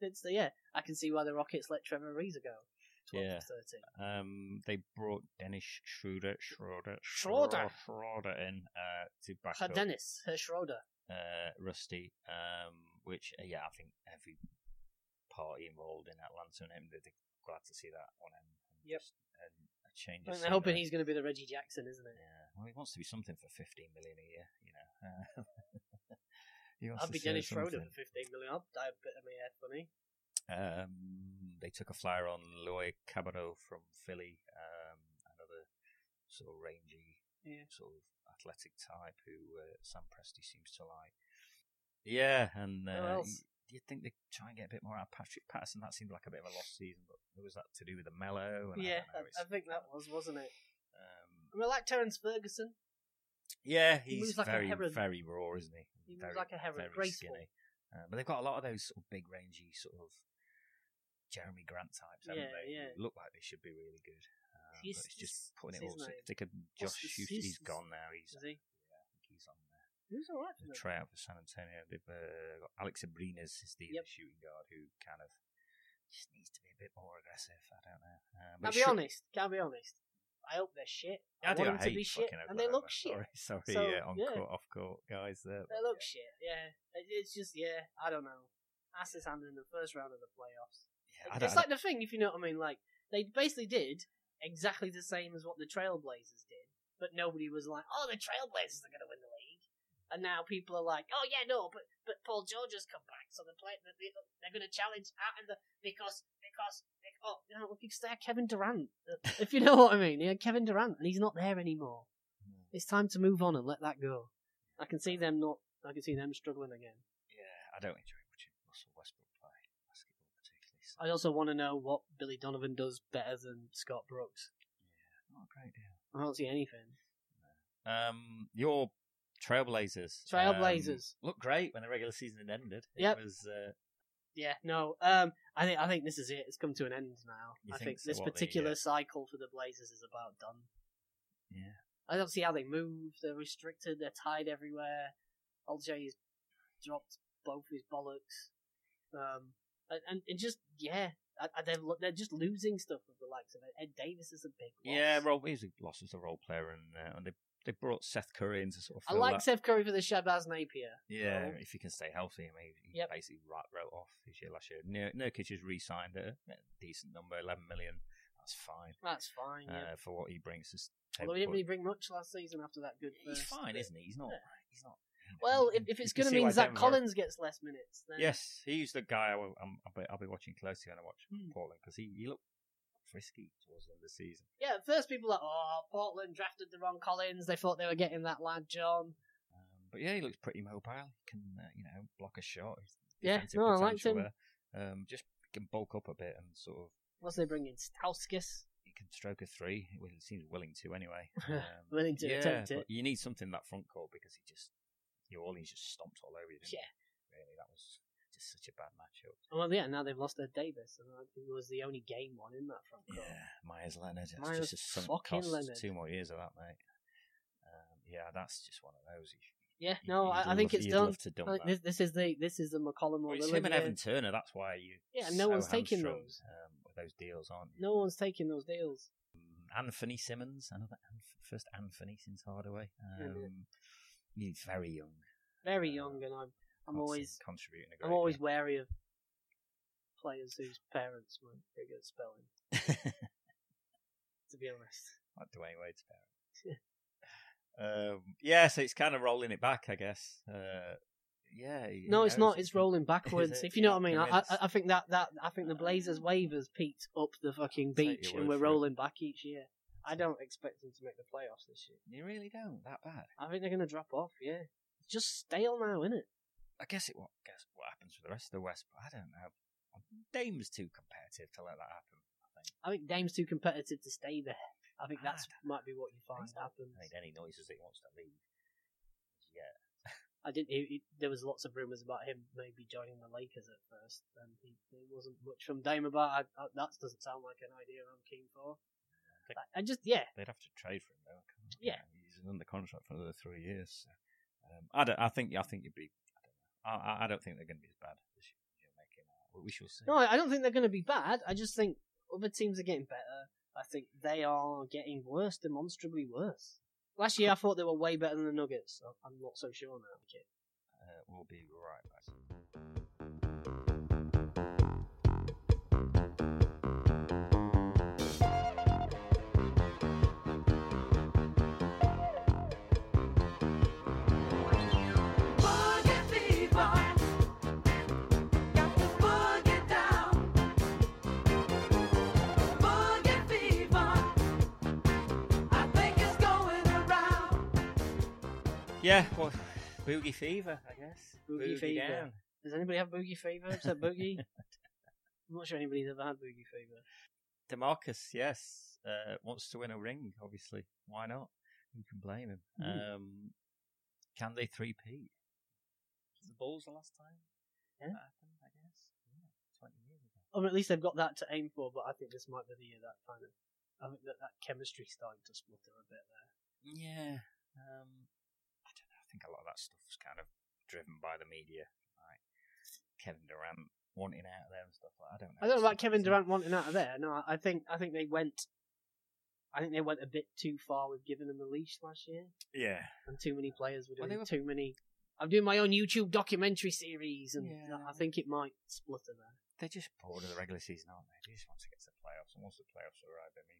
Speaker 2: It's yeah. I can see why the Rockets let Trevor Ariza go. 12 to
Speaker 1: Yeah.
Speaker 2: 13.
Speaker 1: Um, they brought Dennis Schroeder, Schroeder,
Speaker 2: Schroeder.
Speaker 1: Schroeder in uh, to back
Speaker 2: Her
Speaker 1: up
Speaker 2: Dennis, her Schroeder.
Speaker 1: uh, Rusty. Um, which uh, yeah, I think every party involved in Atlanta and him, they're they're glad to see that on him.
Speaker 2: Yep.
Speaker 1: Just- And a change.
Speaker 2: I
Speaker 1: of
Speaker 2: mean, they're hoping
Speaker 1: scenery.
Speaker 2: he's going to be the Reggie Jackson, isn't it?
Speaker 1: Yeah. Well, he wants to be something for fifteen million a year, you know. Uh, he wants to
Speaker 2: I'd be
Speaker 1: show
Speaker 2: Dennis Schroeder
Speaker 1: something.
Speaker 2: for 15 million. I'd die a bit of my head funny.
Speaker 1: Um, they took a flyer on Loy Cabardo from Philly, um, another sort of rangy,
Speaker 2: Yeah.
Speaker 1: sort of athletic type who uh, Sam Presti seems to like. Yeah, and
Speaker 2: Who
Speaker 1: uh,
Speaker 2: else?
Speaker 1: you, would think they'd try and get a bit more out of Patrick Patterson. That seemed like a bit of a lost season, but there was that to do with the mellow. And
Speaker 2: yeah,
Speaker 1: I, don't know,
Speaker 2: I, I
Speaker 1: it's-
Speaker 2: think that was, wasn't it? I
Speaker 1: Um,
Speaker 2: mean, I like Terence Ferguson.
Speaker 1: yeah,
Speaker 2: He
Speaker 1: he's
Speaker 2: moves like a
Speaker 1: very,
Speaker 2: heron.
Speaker 1: very raw, isn't he?
Speaker 2: He
Speaker 1: very,
Speaker 2: moves like a heron,
Speaker 1: very
Speaker 2: graceful.
Speaker 1: skinny. Uh, but they've got a lot of those sort of big, rangy, sort of Jeremy Grant types, haven't
Speaker 2: Yeah,
Speaker 1: they?
Speaker 2: yeah.
Speaker 1: Who Look like they should be really good. Um,
Speaker 2: He's-
Speaker 1: but it's just
Speaker 2: he's-
Speaker 1: putting it
Speaker 2: what's
Speaker 1: all.
Speaker 2: his
Speaker 1: to-
Speaker 2: name?
Speaker 1: If they could,
Speaker 2: What's
Speaker 1: Josh
Speaker 2: his-
Speaker 1: Hughes,
Speaker 2: his-
Speaker 1: he's gone now. He's,
Speaker 2: Is he?
Speaker 1: he's on there.
Speaker 2: He was alright for
Speaker 1: The
Speaker 2: them.
Speaker 1: tryout for San Antonio. They've uh, got Alex Abrines is the
Speaker 2: Yep.
Speaker 1: shooting guard who kind of just needs to be a bit more aggressive. I don't know. Uh,
Speaker 2: I'll
Speaker 1: it
Speaker 2: be
Speaker 1: should-
Speaker 2: honest. Can't be honest. I hope they're shit. I,
Speaker 1: I do.
Speaker 2: want
Speaker 1: I hate
Speaker 2: them to be shit,
Speaker 1: fucking
Speaker 2: and they
Speaker 1: Oklahoma.
Speaker 2: look shit.
Speaker 1: Sorry, sorry.
Speaker 2: So,
Speaker 1: uh, on
Speaker 2: yeah.
Speaker 1: court, off court, guys. There.
Speaker 2: They look shit. Yeah, It- it's just yeah. I don't know. Asses handed in the first round of the playoffs.
Speaker 1: Yeah, I don't-
Speaker 2: it's like the thing, if you know what I mean. Like they basically did exactly the same as what the Trailblazers did, but nobody was like, "Oh, the Trailblazers are going to win the league," and now people are like, "Oh yeah, no, but but Paul George has come back, so the play they- they- they're going to challenge out in the because because they, oh you know look, it's there, Kevin Durant, uh, if you know what I mean. Yeah, Kevin Durant, and he's not there anymore.
Speaker 1: Hmm.
Speaker 2: It's time to move on and let that go. I can see them not. I can see them struggling again.
Speaker 1: Yeah, I don't enjoy watching Russell Westbrook play basketball particularly. So
Speaker 2: I also want to know what Billy Donovan does better than Scott Brooks.
Speaker 1: not a oh, great deal.
Speaker 2: I don't see anything.
Speaker 1: Um, your Trailblazers.
Speaker 2: Trailblazers.
Speaker 1: um, looked great when the regular season had ended.
Speaker 2: Yep.
Speaker 1: It was, uh,
Speaker 2: Yeah, no. Um, I think I think this is it. It's come to an end now.
Speaker 1: You
Speaker 2: I
Speaker 1: think
Speaker 2: think
Speaker 1: so?
Speaker 2: this
Speaker 1: What, the,
Speaker 2: particular
Speaker 1: uh,
Speaker 2: cycle for the Blazers is about done.
Speaker 1: Yeah.
Speaker 2: I don't see how they move. They're restricted. They're tied everywhere. LJ's dropped both his bollocks. Um, and, and, and just yeah, I, I, they're lo- they're just losing stuff with the likes of it. Ed Davis is a big loss.
Speaker 1: yeah, role, he was a loss as a role player, and uh, and they they brought Seth Curry in to sort of.
Speaker 2: I
Speaker 1: fill
Speaker 2: like
Speaker 1: that.
Speaker 2: Seth Curry for the Shabazz Napier.
Speaker 1: Yeah,
Speaker 2: role.
Speaker 1: if he can stay healthy, I mean, he
Speaker 2: Yep.
Speaker 1: basically right, wrote off his year last year. Nur- Nurkic has re-signed at a decent number, eleven million. That's fine
Speaker 2: That's fine. Yeah.
Speaker 1: uh, for what he brings to s- table.
Speaker 2: Although he didn't
Speaker 1: but
Speaker 2: really bring much last season after that good.
Speaker 1: he's
Speaker 2: first
Speaker 1: fine,
Speaker 2: bit.
Speaker 1: isn't he? He's not. He's not.
Speaker 2: Well,
Speaker 1: you-
Speaker 2: if, if
Speaker 1: you
Speaker 2: it's
Speaker 1: can
Speaker 2: going to
Speaker 1: see
Speaker 2: mean
Speaker 1: why
Speaker 2: Zach
Speaker 1: Denver-
Speaker 2: Collins gets less minutes, then
Speaker 1: Yes, he's the guy I will, I'm, I'll, be, I'll be watching closely when I watch
Speaker 2: Hmm.
Speaker 1: Portland because he, he looked frisky towards the end of the season.
Speaker 2: yeah. At first, people were like, oh, Portland drafted the wrong Collins. They thought they were getting that lad John.
Speaker 1: Um, but yeah, he looks pretty mobile. He can, uh, you know, block a shot. He's
Speaker 2: Yeah,
Speaker 1: defensive
Speaker 2: no, I liked
Speaker 1: potential
Speaker 2: him.
Speaker 1: There. Um, just can bulk up a bit and sort of
Speaker 2: What's they bringing? Stauskas.
Speaker 1: he can stroke a three. Well, he seems willing to anyway. Um,
Speaker 2: Willing to
Speaker 1: yeah,
Speaker 2: attempt
Speaker 1: but
Speaker 2: it.
Speaker 1: You need something in that front court because he just New Orleans just stomped all over you. Didn't
Speaker 2: Yeah.
Speaker 1: they? really, that was just such a bad matchup.
Speaker 2: Well, yeah. Now they've lost Ed Davis, and I think it was the only game one in that front court.
Speaker 1: Yeah, Myers Leonard. That's
Speaker 2: Myers
Speaker 1: just a sunk
Speaker 2: fucking
Speaker 1: cost.
Speaker 2: Leonard.
Speaker 1: Two more years of that, mate. Um, yeah, that's just one of those. You-
Speaker 2: Yeah.
Speaker 1: you-
Speaker 2: No,
Speaker 1: you'd
Speaker 2: I, I
Speaker 1: love-
Speaker 2: think it's
Speaker 1: you'd
Speaker 2: done.
Speaker 1: love to dump
Speaker 2: I think
Speaker 1: that.
Speaker 2: this, this is the this is the McCollum
Speaker 1: Well,
Speaker 2: or
Speaker 1: it's
Speaker 2: Lillard
Speaker 1: him and
Speaker 2: year.
Speaker 1: Evan Turner. That's why you.
Speaker 2: Yeah, and no
Speaker 1: so
Speaker 2: one's taking
Speaker 1: hamstrung,
Speaker 2: those.
Speaker 1: Um, with those deals, aren't you? Um,
Speaker 2: No one's taking those deals.
Speaker 1: Anthony Simmons, another Anth- first Anthony since Hardaway.
Speaker 2: Yeah.
Speaker 1: Um, he's very young.
Speaker 2: Very
Speaker 1: Uh,
Speaker 2: young, and I'm I'm
Speaker 1: Can't see
Speaker 2: always
Speaker 1: him contributing. A
Speaker 2: I'm
Speaker 1: great
Speaker 2: always
Speaker 1: deal.
Speaker 2: wary of players whose parents weren't very good at spelling. to be honest.
Speaker 1: like Dwayne Wade's parent. um, yeah, so it's kind of rolling it back, I guess. Uh, yeah. who
Speaker 2: No, it's
Speaker 1: knows?
Speaker 2: not. It's rolling backwards.
Speaker 1: it?
Speaker 2: If you know
Speaker 1: Yeah,
Speaker 2: what I mean,
Speaker 1: there
Speaker 2: I,
Speaker 1: is.
Speaker 2: I, I think that, that I think the Blazers waivers peaked up the fucking
Speaker 1: I'll take
Speaker 2: beach,
Speaker 1: your
Speaker 2: and
Speaker 1: word for
Speaker 2: we're
Speaker 1: it.
Speaker 2: rolling back each year. I don't expect them to make the playoffs this year.
Speaker 1: You really don't that bad.
Speaker 2: I think they're going to drop off. Yeah, just stale now, isn't it?
Speaker 1: I guess it. What guess what happens with the rest of the West? But I don't know. Dame was too competitive to let that happen. I think.
Speaker 2: I think Dame's too competitive to stay there. I think that's
Speaker 1: Ah,
Speaker 2: might be what you find
Speaker 1: He's not
Speaker 2: happens.
Speaker 1: made any noises that he wants to leave. Yeah,
Speaker 2: I didn't. He, he- there was lots of rumors about him maybe joining the Lakers at first, and he, there wasn't much from Dame about. I, I, that doesn't sound like an idea I'm keen for.
Speaker 1: think-
Speaker 2: I, I just yeah,
Speaker 1: they'd have to trade for him though. couldn't they?
Speaker 2: Yeah.
Speaker 1: he's under contract for another three years. So. Um, I don't. I think. I think you'd be. I don't know. I, I- I don't think they're going to be as bad as you- you're making out. But we shall see.
Speaker 2: No, I I don't think they're going to be bad. I just think other teams are getting better. I think they are getting worse, demonstrably worse. Last year, I thought they were way better than the Nuggets. I- I'm not so sure now. Okay.
Speaker 1: Uh, we'll be right back. Yeah, well, boogie fever, I guess.
Speaker 2: Boogie fever.
Speaker 1: down.
Speaker 2: Does anybody have boogie fever? Is that boogie? I'm not sure anybody's ever had boogie fever.
Speaker 1: Demarcus, yes, uh, wants to win a ring. Obviously, why not? Who can blame him?
Speaker 2: Mm.
Speaker 1: Um, can they three P? The Bulls the last time
Speaker 2: Yeah.
Speaker 1: that happened, I guess. Yeah, twenty years ago.
Speaker 2: Or at least they've got that to aim for. But I think this might be the year that kind of, I think that that chemistry's starting to splutter a bit there.
Speaker 1: Yeah. Um, I don't know. I think a lot of that stuff's kind of driven by the media, like Kevin Durant wanting out there and stuff like. I don't know.
Speaker 2: I don't know about
Speaker 1: It's-
Speaker 2: Kevin
Speaker 1: it's
Speaker 2: Durant
Speaker 1: not-
Speaker 2: wanting out of there. No, I- I think I think they went, I think they went a bit too far with giving him a leash last year.
Speaker 1: Yeah.
Speaker 2: and too many players were
Speaker 1: Well,
Speaker 2: doing
Speaker 1: they were-
Speaker 2: too many. I'm doing my own YouTube documentary series, and
Speaker 1: Yeah.
Speaker 2: I think it might splutter there.
Speaker 1: They're just bored of the regular season, aren't they? They just want to get to the playoffs, and once the playoffs arrive, I mean.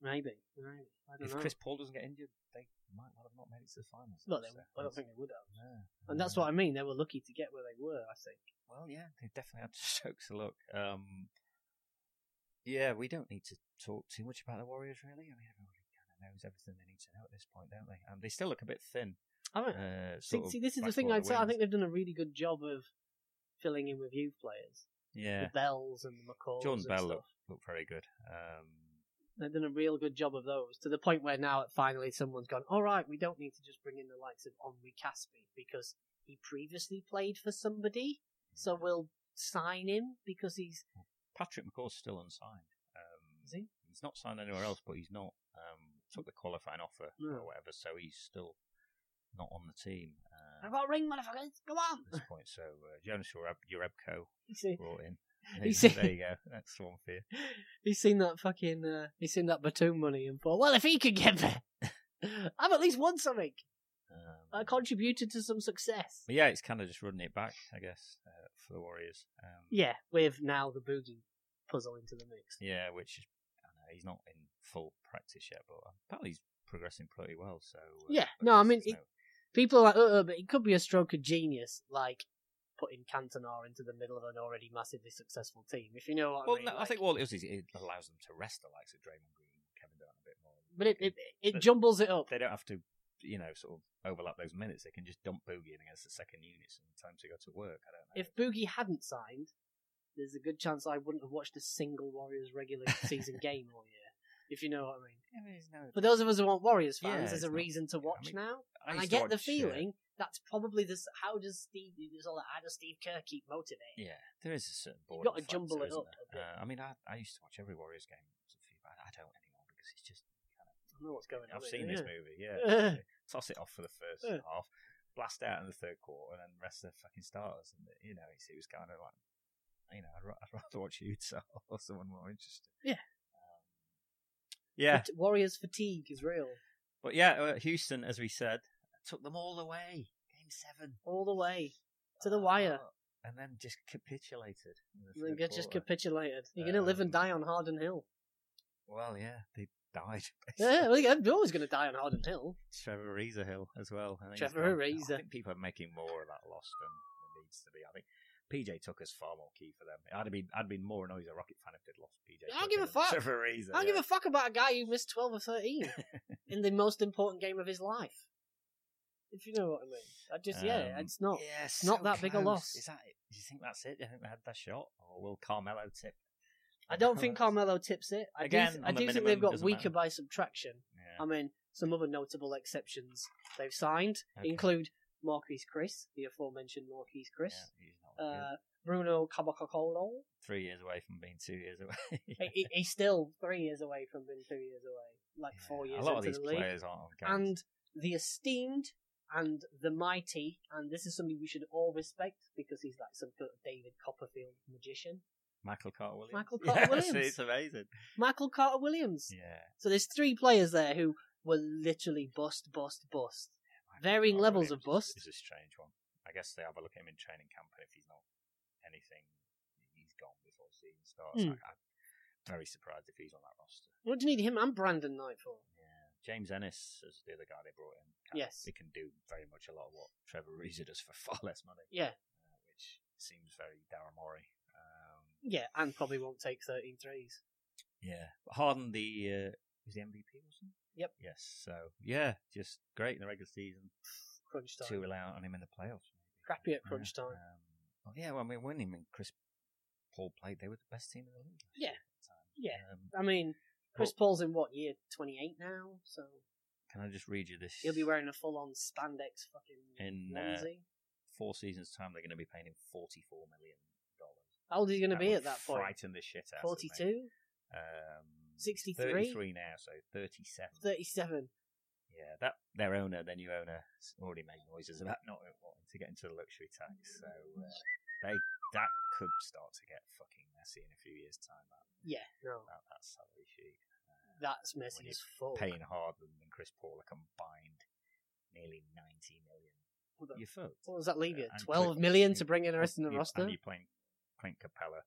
Speaker 2: Maybe, maybe. I don't
Speaker 1: if
Speaker 2: know.
Speaker 1: Chris Paul doesn't get injured, they might not have not made it to the finals.
Speaker 2: Look, they,
Speaker 1: So,
Speaker 2: I don't think they would have,
Speaker 1: yeah.
Speaker 2: and that's
Speaker 1: Yeah.
Speaker 2: what I mean. They were lucky to get where they were. I think.
Speaker 1: Well, yeah, they definitely had strokes a look. Um, yeah, we don't need to talk too much about the Warriors, really. I mean, everybody kind of knows everything they need to know at this point, don't they? Um, they still look a bit thin.
Speaker 2: I don't
Speaker 1: Uh,
Speaker 2: see,
Speaker 1: sort of
Speaker 2: see, this is the
Speaker 1: back
Speaker 2: thing.
Speaker 1: toward
Speaker 2: I'd say I
Speaker 1: wings.
Speaker 2: think they've done a really good job of filling in with youth players,
Speaker 1: Yeah,
Speaker 2: the Bells and the McCalls.
Speaker 1: Jordan
Speaker 2: and
Speaker 1: Bell
Speaker 2: stuff.
Speaker 1: looked, looked very good. Um,
Speaker 2: They've done a real good job of those to the point where now finally someone's gone, all right, we don't need to just bring in the likes of Henri Caspi because he previously played for somebody, so we'll sign him because he's.
Speaker 1: Patrick McCall's still unsigned. Um,
Speaker 2: Is he?
Speaker 1: He's not signed anywhere else, but he's not um, took the qualifying offer
Speaker 2: No.
Speaker 1: or whatever, so he's still not on the team. Uh,
Speaker 2: I've got a ring, motherfuckers! Go on!
Speaker 1: at this point. So uh, Jonas Ureb- Urebko
Speaker 2: You see-
Speaker 1: brought in.
Speaker 2: You see-
Speaker 1: there you go. That's the one for you.
Speaker 2: He's seen that fucking. Uh, he's seen that Batum money and thought, well, if he could get there, I've at least won something.
Speaker 1: Um,
Speaker 2: I contributed to some success.
Speaker 1: but yeah, it's kind of just running it back, I guess, uh, for the Warriors. Um,
Speaker 2: Yeah, with now the boogie puzzle into the mix.
Speaker 1: yeah, which is, I don't know, he's not in full practice yet, but apparently he's progressing pretty well. So uh,
Speaker 2: Yeah,
Speaker 1: but
Speaker 2: no, I
Speaker 1: there's-
Speaker 2: mean,
Speaker 1: there's
Speaker 2: it- people are like, uh, uh, but it could be a stroke of genius, like putting Cantona into the middle of an already massively successful team, if you know what
Speaker 1: well,
Speaker 2: I mean.
Speaker 1: no, I
Speaker 2: like-
Speaker 1: think all it is is it allows them to rest the likes of Draymond Green, and Kevin Durant a bit more.
Speaker 2: but it it, it
Speaker 1: But-
Speaker 2: jumbles it up.
Speaker 1: They don't have to, you know, sort of overlap those minutes. They can just dump Boogie in against the second units and time to go to work. I don't know.
Speaker 2: If Boogie hadn't signed, there's a good chance I wouldn't have watched a single Warriors regular season game all year, if you know what I mean.
Speaker 1: Yeah, there's no-
Speaker 2: For those of us who aren't Warriors
Speaker 1: Yeah,
Speaker 2: fans,
Speaker 1: it's
Speaker 2: there's a
Speaker 1: not-
Speaker 2: reason to
Speaker 1: yeah, I
Speaker 2: watch
Speaker 1: mean,
Speaker 2: now. And I
Speaker 1: used to
Speaker 2: get the
Speaker 1: watch, uh,
Speaker 2: feeling that's probably this. How does Steve? There's all that. How does Steve Kerr keep motivated?
Speaker 1: Yeah, there is a certain boredom.
Speaker 2: gotta
Speaker 1: factor,
Speaker 2: jumble it
Speaker 1: isn't
Speaker 2: up a
Speaker 1: there?
Speaker 2: bit.
Speaker 1: Uh, I mean, I, I used to watch every Warriors game. as a few, but I don't anymore because it's just.
Speaker 2: I don't know what's going on.
Speaker 1: I've
Speaker 2: here,
Speaker 1: seen
Speaker 2: yeah.
Speaker 1: this movie. Yeah,
Speaker 2: Yeah.
Speaker 1: toss it off for the first
Speaker 2: Yeah.
Speaker 1: half, blast out in the third quarter, and then rest of the fucking starters. And you know, it's, it was kind of like, you know, I'd, ra- I'd rather watch Utah or someone more interesting.
Speaker 2: Yeah.
Speaker 1: Um, yeah,
Speaker 2: Fat- Warriors fatigue is real.
Speaker 1: but yeah, uh, Houston, as we said, took them all away. Game seven
Speaker 2: all the way to the wire.
Speaker 1: Uh, and then just capitulated. in the
Speaker 2: and then
Speaker 1: third
Speaker 2: get just
Speaker 1: quarter.
Speaker 2: capitulated. You're gonna live and
Speaker 1: Um,
Speaker 2: die on Harden Hill.
Speaker 1: Well, yeah, they died.
Speaker 2: Yeah, well, yeah, you're always gonna die on Harden Hill.
Speaker 1: Trevor Ariza Hill as well. I think he's
Speaker 2: Trevor
Speaker 1: gone.
Speaker 2: Ariza.
Speaker 1: I think people are making more of that loss than there needs to be. I think PJ Tucker's far more key for them. I'd have been I'd been more annoyed as a Rocket fan if they'd lost PJ.
Speaker 2: I don't give a
Speaker 1: Tucker than
Speaker 2: fuck.
Speaker 1: Trevor Ariza.
Speaker 2: I don't give a fuck about a guy who missed twelve or thirteen in the most important game of his life. If you know what I mean. I just yeah,
Speaker 1: Um,
Speaker 2: it's not.
Speaker 1: yeah,
Speaker 2: it's not
Speaker 1: so
Speaker 2: that big a
Speaker 1: close.
Speaker 2: loss.
Speaker 1: Is that? it? Do you think that's it? Do you think they had that shot, or will Carmelo tip?
Speaker 2: I don't think Carmelo tips it. I
Speaker 1: Again,
Speaker 2: do, th-
Speaker 1: on
Speaker 2: I
Speaker 1: the
Speaker 2: do think
Speaker 1: minimum,
Speaker 2: they've got
Speaker 1: doesn't
Speaker 2: weaker
Speaker 1: matter.
Speaker 2: by subtraction.
Speaker 1: Yeah.
Speaker 2: I mean, some other notable exceptions they've signed
Speaker 1: Okay.
Speaker 2: include Marquise Chris, the aforementioned Marquise Chris,
Speaker 1: Yeah, he's not that good.
Speaker 2: uh, Bruno Caboclo.
Speaker 1: Three years away from being two years away.
Speaker 2: He- he- He's still three years away from being two years away, like
Speaker 1: Yeah,
Speaker 2: four years
Speaker 1: A lot of
Speaker 2: into
Speaker 1: these
Speaker 2: the league.
Speaker 1: players aren't on games.
Speaker 2: and the esteemed and the mighty, and this is somebody we should all respect because he's like some sort of David Copperfield magician,
Speaker 1: Michael Carter Williams.
Speaker 2: Michael Carter-Williams.
Speaker 1: Yes, it's amazing.
Speaker 2: Michael Carter Williams.
Speaker 1: Yeah.
Speaker 2: So there's three players there who were literally bust, bust, bust. Varying
Speaker 1: Michael
Speaker 2: levels of
Speaker 1: Williams is-
Speaker 2: bust.
Speaker 1: is a strange one. I guess they have a look at him in training camp, and if he's not anything, he's gone before the season starts.
Speaker 2: Hmm.
Speaker 1: I, I'm very surprised if he's on that roster.
Speaker 2: What do you need him and Brandon Knight for?
Speaker 1: Yeah. James Ennis is the other guy they brought in. Can,
Speaker 2: Yes.
Speaker 1: He can do very much a lot of what Trevor Reza does for far less money,
Speaker 2: Yeah,
Speaker 1: uh, which seems very Darren Morey. Um,
Speaker 2: yeah, and probably won't take 13 threes.
Speaker 1: Yeah, But Harden the uh, was the MVP or something.
Speaker 2: Yep.
Speaker 1: Yes. So yeah, just great in the regular season.
Speaker 2: Crunch time.
Speaker 1: Two allow on him in the playoffs.
Speaker 2: Crappy at crunch
Speaker 1: yeah.
Speaker 2: time.
Speaker 1: Um, well, yeah. Well, I mean, when him and Chris Paul played, they were the best team in the league. last
Speaker 2: Yeah.
Speaker 1: year at the time.
Speaker 2: Yeah.
Speaker 1: Um,
Speaker 2: I mean, Chris Paul's in what year? 28 now, so
Speaker 1: can I just read you this?
Speaker 2: he'll be wearing a full-on spandex fucking
Speaker 1: In, uh,
Speaker 2: onesie.
Speaker 1: four seasons time. They're going to be paying him forty four million dollars.
Speaker 2: How old is he going to be at that point?
Speaker 1: Frighten the shit out. of me.
Speaker 2: 42,
Speaker 1: Um,
Speaker 2: 63,
Speaker 1: Thirty three now, so thirty seven.
Speaker 2: 37.
Speaker 1: Yeah, that their owner, their new owner, has already made noises about not wanting to get into the luxury tax. So uh, they that could start to get fucking messy in a few years' time. That
Speaker 2: Yeah, no,
Speaker 1: that, that salary sheet,
Speaker 2: that's messy
Speaker 1: When
Speaker 2: as fuck.
Speaker 1: paying Harden and Chris Paul are combined nearly ninety million.
Speaker 2: Hold on.
Speaker 1: You fucked.
Speaker 2: What does that leave you?
Speaker 1: And
Speaker 2: Twelve
Speaker 1: Clint-
Speaker 2: million
Speaker 1: you-
Speaker 2: to bring in the rest of the
Speaker 1: you-
Speaker 2: roster.
Speaker 1: And you're playing Clint Capella,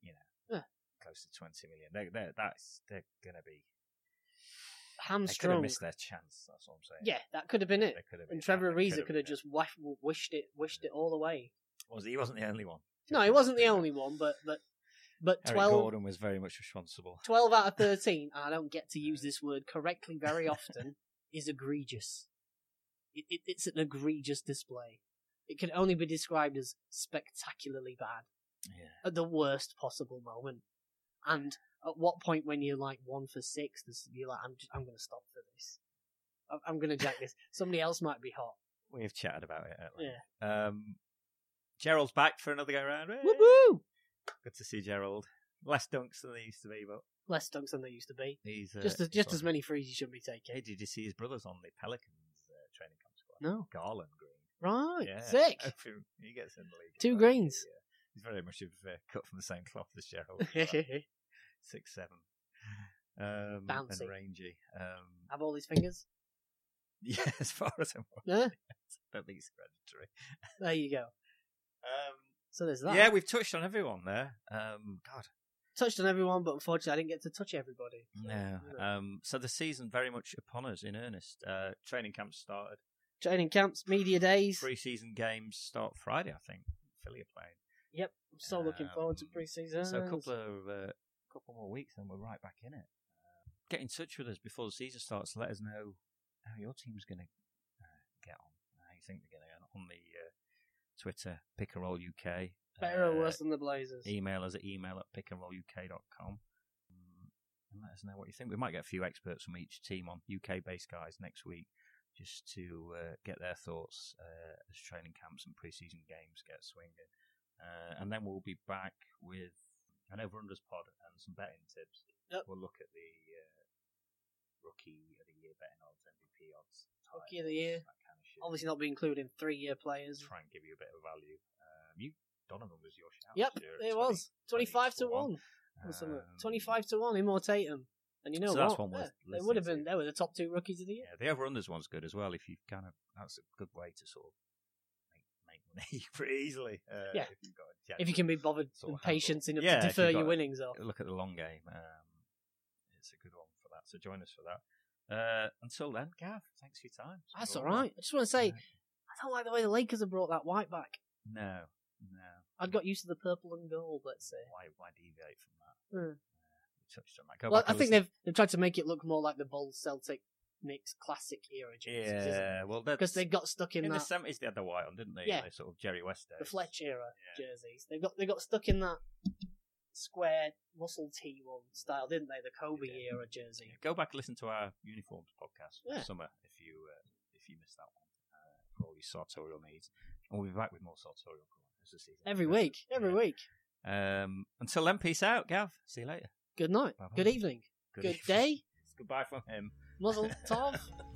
Speaker 1: you know,
Speaker 2: Yeah.
Speaker 1: close to twenty million. They're, they're that's they're gonna be. They could have
Speaker 2: Hamstrung.
Speaker 1: missed their chance. That's what I'm saying.
Speaker 2: Yeah, that could have been it.
Speaker 1: They could have
Speaker 2: And
Speaker 1: missed
Speaker 2: Trevor
Speaker 1: that, they
Speaker 2: Ariza could have
Speaker 1: yeah.
Speaker 2: just waf- wished it, wished it all away.
Speaker 1: Was he? he wasn't the only one.
Speaker 2: No, he wasn't the only one, but but but
Speaker 1: Eric
Speaker 2: 12,
Speaker 1: Gordon was very much responsible.
Speaker 2: 12 out of thirteen. and I don't get to use this word correctly very often. is egregious. It, it, it's an egregious display. It can only be described as spectacularly bad.
Speaker 1: Yeah,
Speaker 2: at the worst possible moment. And at what point when you're like one for six, there's- you're like, I'm just, I'm going to stop for this. I'm, I'm going to jack this. Somebody else might be hot.
Speaker 1: we've chatted about it. At
Speaker 2: Yeah.
Speaker 1: length. Um, Gerald's back for another go round. Hey!
Speaker 2: Woo
Speaker 1: Good to see Gerald. Less dunks than he used to be, but
Speaker 2: Less dunks than there used to be.
Speaker 1: he's uh,
Speaker 2: Just as, just as
Speaker 1: sorry.
Speaker 2: many frees you shouldn't be taking.
Speaker 1: Hey, did you see his brothers on the Pelicans uh, training camp squad?
Speaker 2: No.
Speaker 1: Garland Green.
Speaker 2: Right.
Speaker 1: Yeah,
Speaker 2: Sick.
Speaker 1: Hope he- He gets in the league.
Speaker 2: Two
Speaker 1: Yeah.
Speaker 2: greens.
Speaker 1: He's very much of, uh, cut from the same cloth as Gerald. Six seven. Um,
Speaker 2: Bouncy.
Speaker 1: and rangy. Um,
Speaker 2: Have all these fingers.
Speaker 1: yeah, as far as I'm aware,
Speaker 2: Yeah.
Speaker 1: I don't think he's hereditary.
Speaker 2: There you go.
Speaker 1: Um,
Speaker 2: So there's that.
Speaker 1: Yeah, we've touched on everyone there. Um, God,
Speaker 2: Touched on everyone, but unfortunately, I didn't get to touch everybody. So,
Speaker 1: no.
Speaker 2: you know.
Speaker 1: Um, so the season very much upon us in earnest. Uh, training camps started.
Speaker 2: Training camps, media days.
Speaker 1: Pre-season games start Friday, I think. Philly are playing.
Speaker 2: Yep. I'm so looking forward to
Speaker 1: Um,
Speaker 2: preseason.
Speaker 1: So a couple of uh, couple more weeks, and we're right back in it. Uh, get in touch with us before the season starts. Let us know how your team's going to uh, get on. How you think they're going to get on, on the uh, Twitter Pickerall UK. Uh,
Speaker 2: Better or worse than the Blazers?
Speaker 1: email us at email at pickandrolluk.com Mm, and let us know what you think. We might get a few experts from each team on UK based guys next week just to uh, get their thoughts uh, as training camps and preseason games get swinging. Uh, and then we'll be back with an over unders pod and some betting tips.
Speaker 2: Yep.
Speaker 1: We'll look at the uh, rookie of the year betting odds, MVP odds,
Speaker 2: Rookie of the year.
Speaker 1: that kind of shit.
Speaker 2: Obviously, not be including three-year players.
Speaker 1: try and give you a bit of value. Um, you, Donovan was your shout.
Speaker 2: Yep,
Speaker 1: last year at 20
Speaker 2: it was 25 to
Speaker 1: 20
Speaker 2: 1. or something.
Speaker 1: Um,
Speaker 2: 25 to 1 immortatum. And you know
Speaker 1: So
Speaker 2: what?
Speaker 1: that's one worth
Speaker 2: Yeah, they
Speaker 1: listening
Speaker 2: would have
Speaker 1: to.
Speaker 2: been, they were the top two rookies of the year.
Speaker 1: Yeah, the over unders one's good as well. If you kind of, that's a good way to sort of make, make money pretty easily. Uh,
Speaker 2: Yeah.
Speaker 1: if you've got a
Speaker 2: If you can be bothered
Speaker 1: Sort
Speaker 2: with
Speaker 1: of handle.
Speaker 2: patience enough
Speaker 1: Yeah,
Speaker 2: to
Speaker 1: if
Speaker 2: defer
Speaker 1: you've
Speaker 2: your
Speaker 1: got-
Speaker 2: winnings off.
Speaker 1: look at the long game, um, it's a good one for that. So join us for that. Uh, until then, Gav, thanks for your time. It's been
Speaker 2: That's
Speaker 1: a
Speaker 2: all
Speaker 1: while. Uh,
Speaker 2: right. I just want to say,
Speaker 1: Yeah.
Speaker 2: I don't like the way the Lakers have brought that white back.
Speaker 1: No, no.
Speaker 2: I'd got used to the purple and gold, let's say.
Speaker 1: Why, why deviate from that?
Speaker 2: Hmm.
Speaker 1: We touched on that. Go
Speaker 2: Well,
Speaker 1: back
Speaker 2: I
Speaker 1: and
Speaker 2: think
Speaker 1: listen-
Speaker 2: they've, they've tried to make it look more like the bold Celtic Knicks classic era jerseys.
Speaker 1: Yeah, well,
Speaker 2: Because
Speaker 1: that's
Speaker 2: they got stuck in,
Speaker 1: in the
Speaker 2: that
Speaker 1: seventies they had the white on, didn't they?
Speaker 2: Yeah.
Speaker 1: The sort of Jerry West
Speaker 2: the
Speaker 1: days.
Speaker 2: Fletch era jerseys. They got they got stuck in that square muscle T one style, didn't they? The Kobe
Speaker 1: Yeah.
Speaker 2: era jersey.
Speaker 1: Go back and listen to our uniforms podcast for
Speaker 2: Yeah.
Speaker 1: summer if you uh, if you missed that one uh, for all your sartorial needs. And we'll be back with more sartorial corner as the season.
Speaker 2: Every week,
Speaker 1: progresses.
Speaker 2: every
Speaker 1: Yeah.
Speaker 2: week.
Speaker 1: Um, until then, peace out, Gav. See you later.
Speaker 2: Good night.
Speaker 1: Bye-bye.
Speaker 2: Good evening. Good,
Speaker 1: evening.
Speaker 2: day.
Speaker 1: Goodbye from him.
Speaker 2: Muzzle Tov.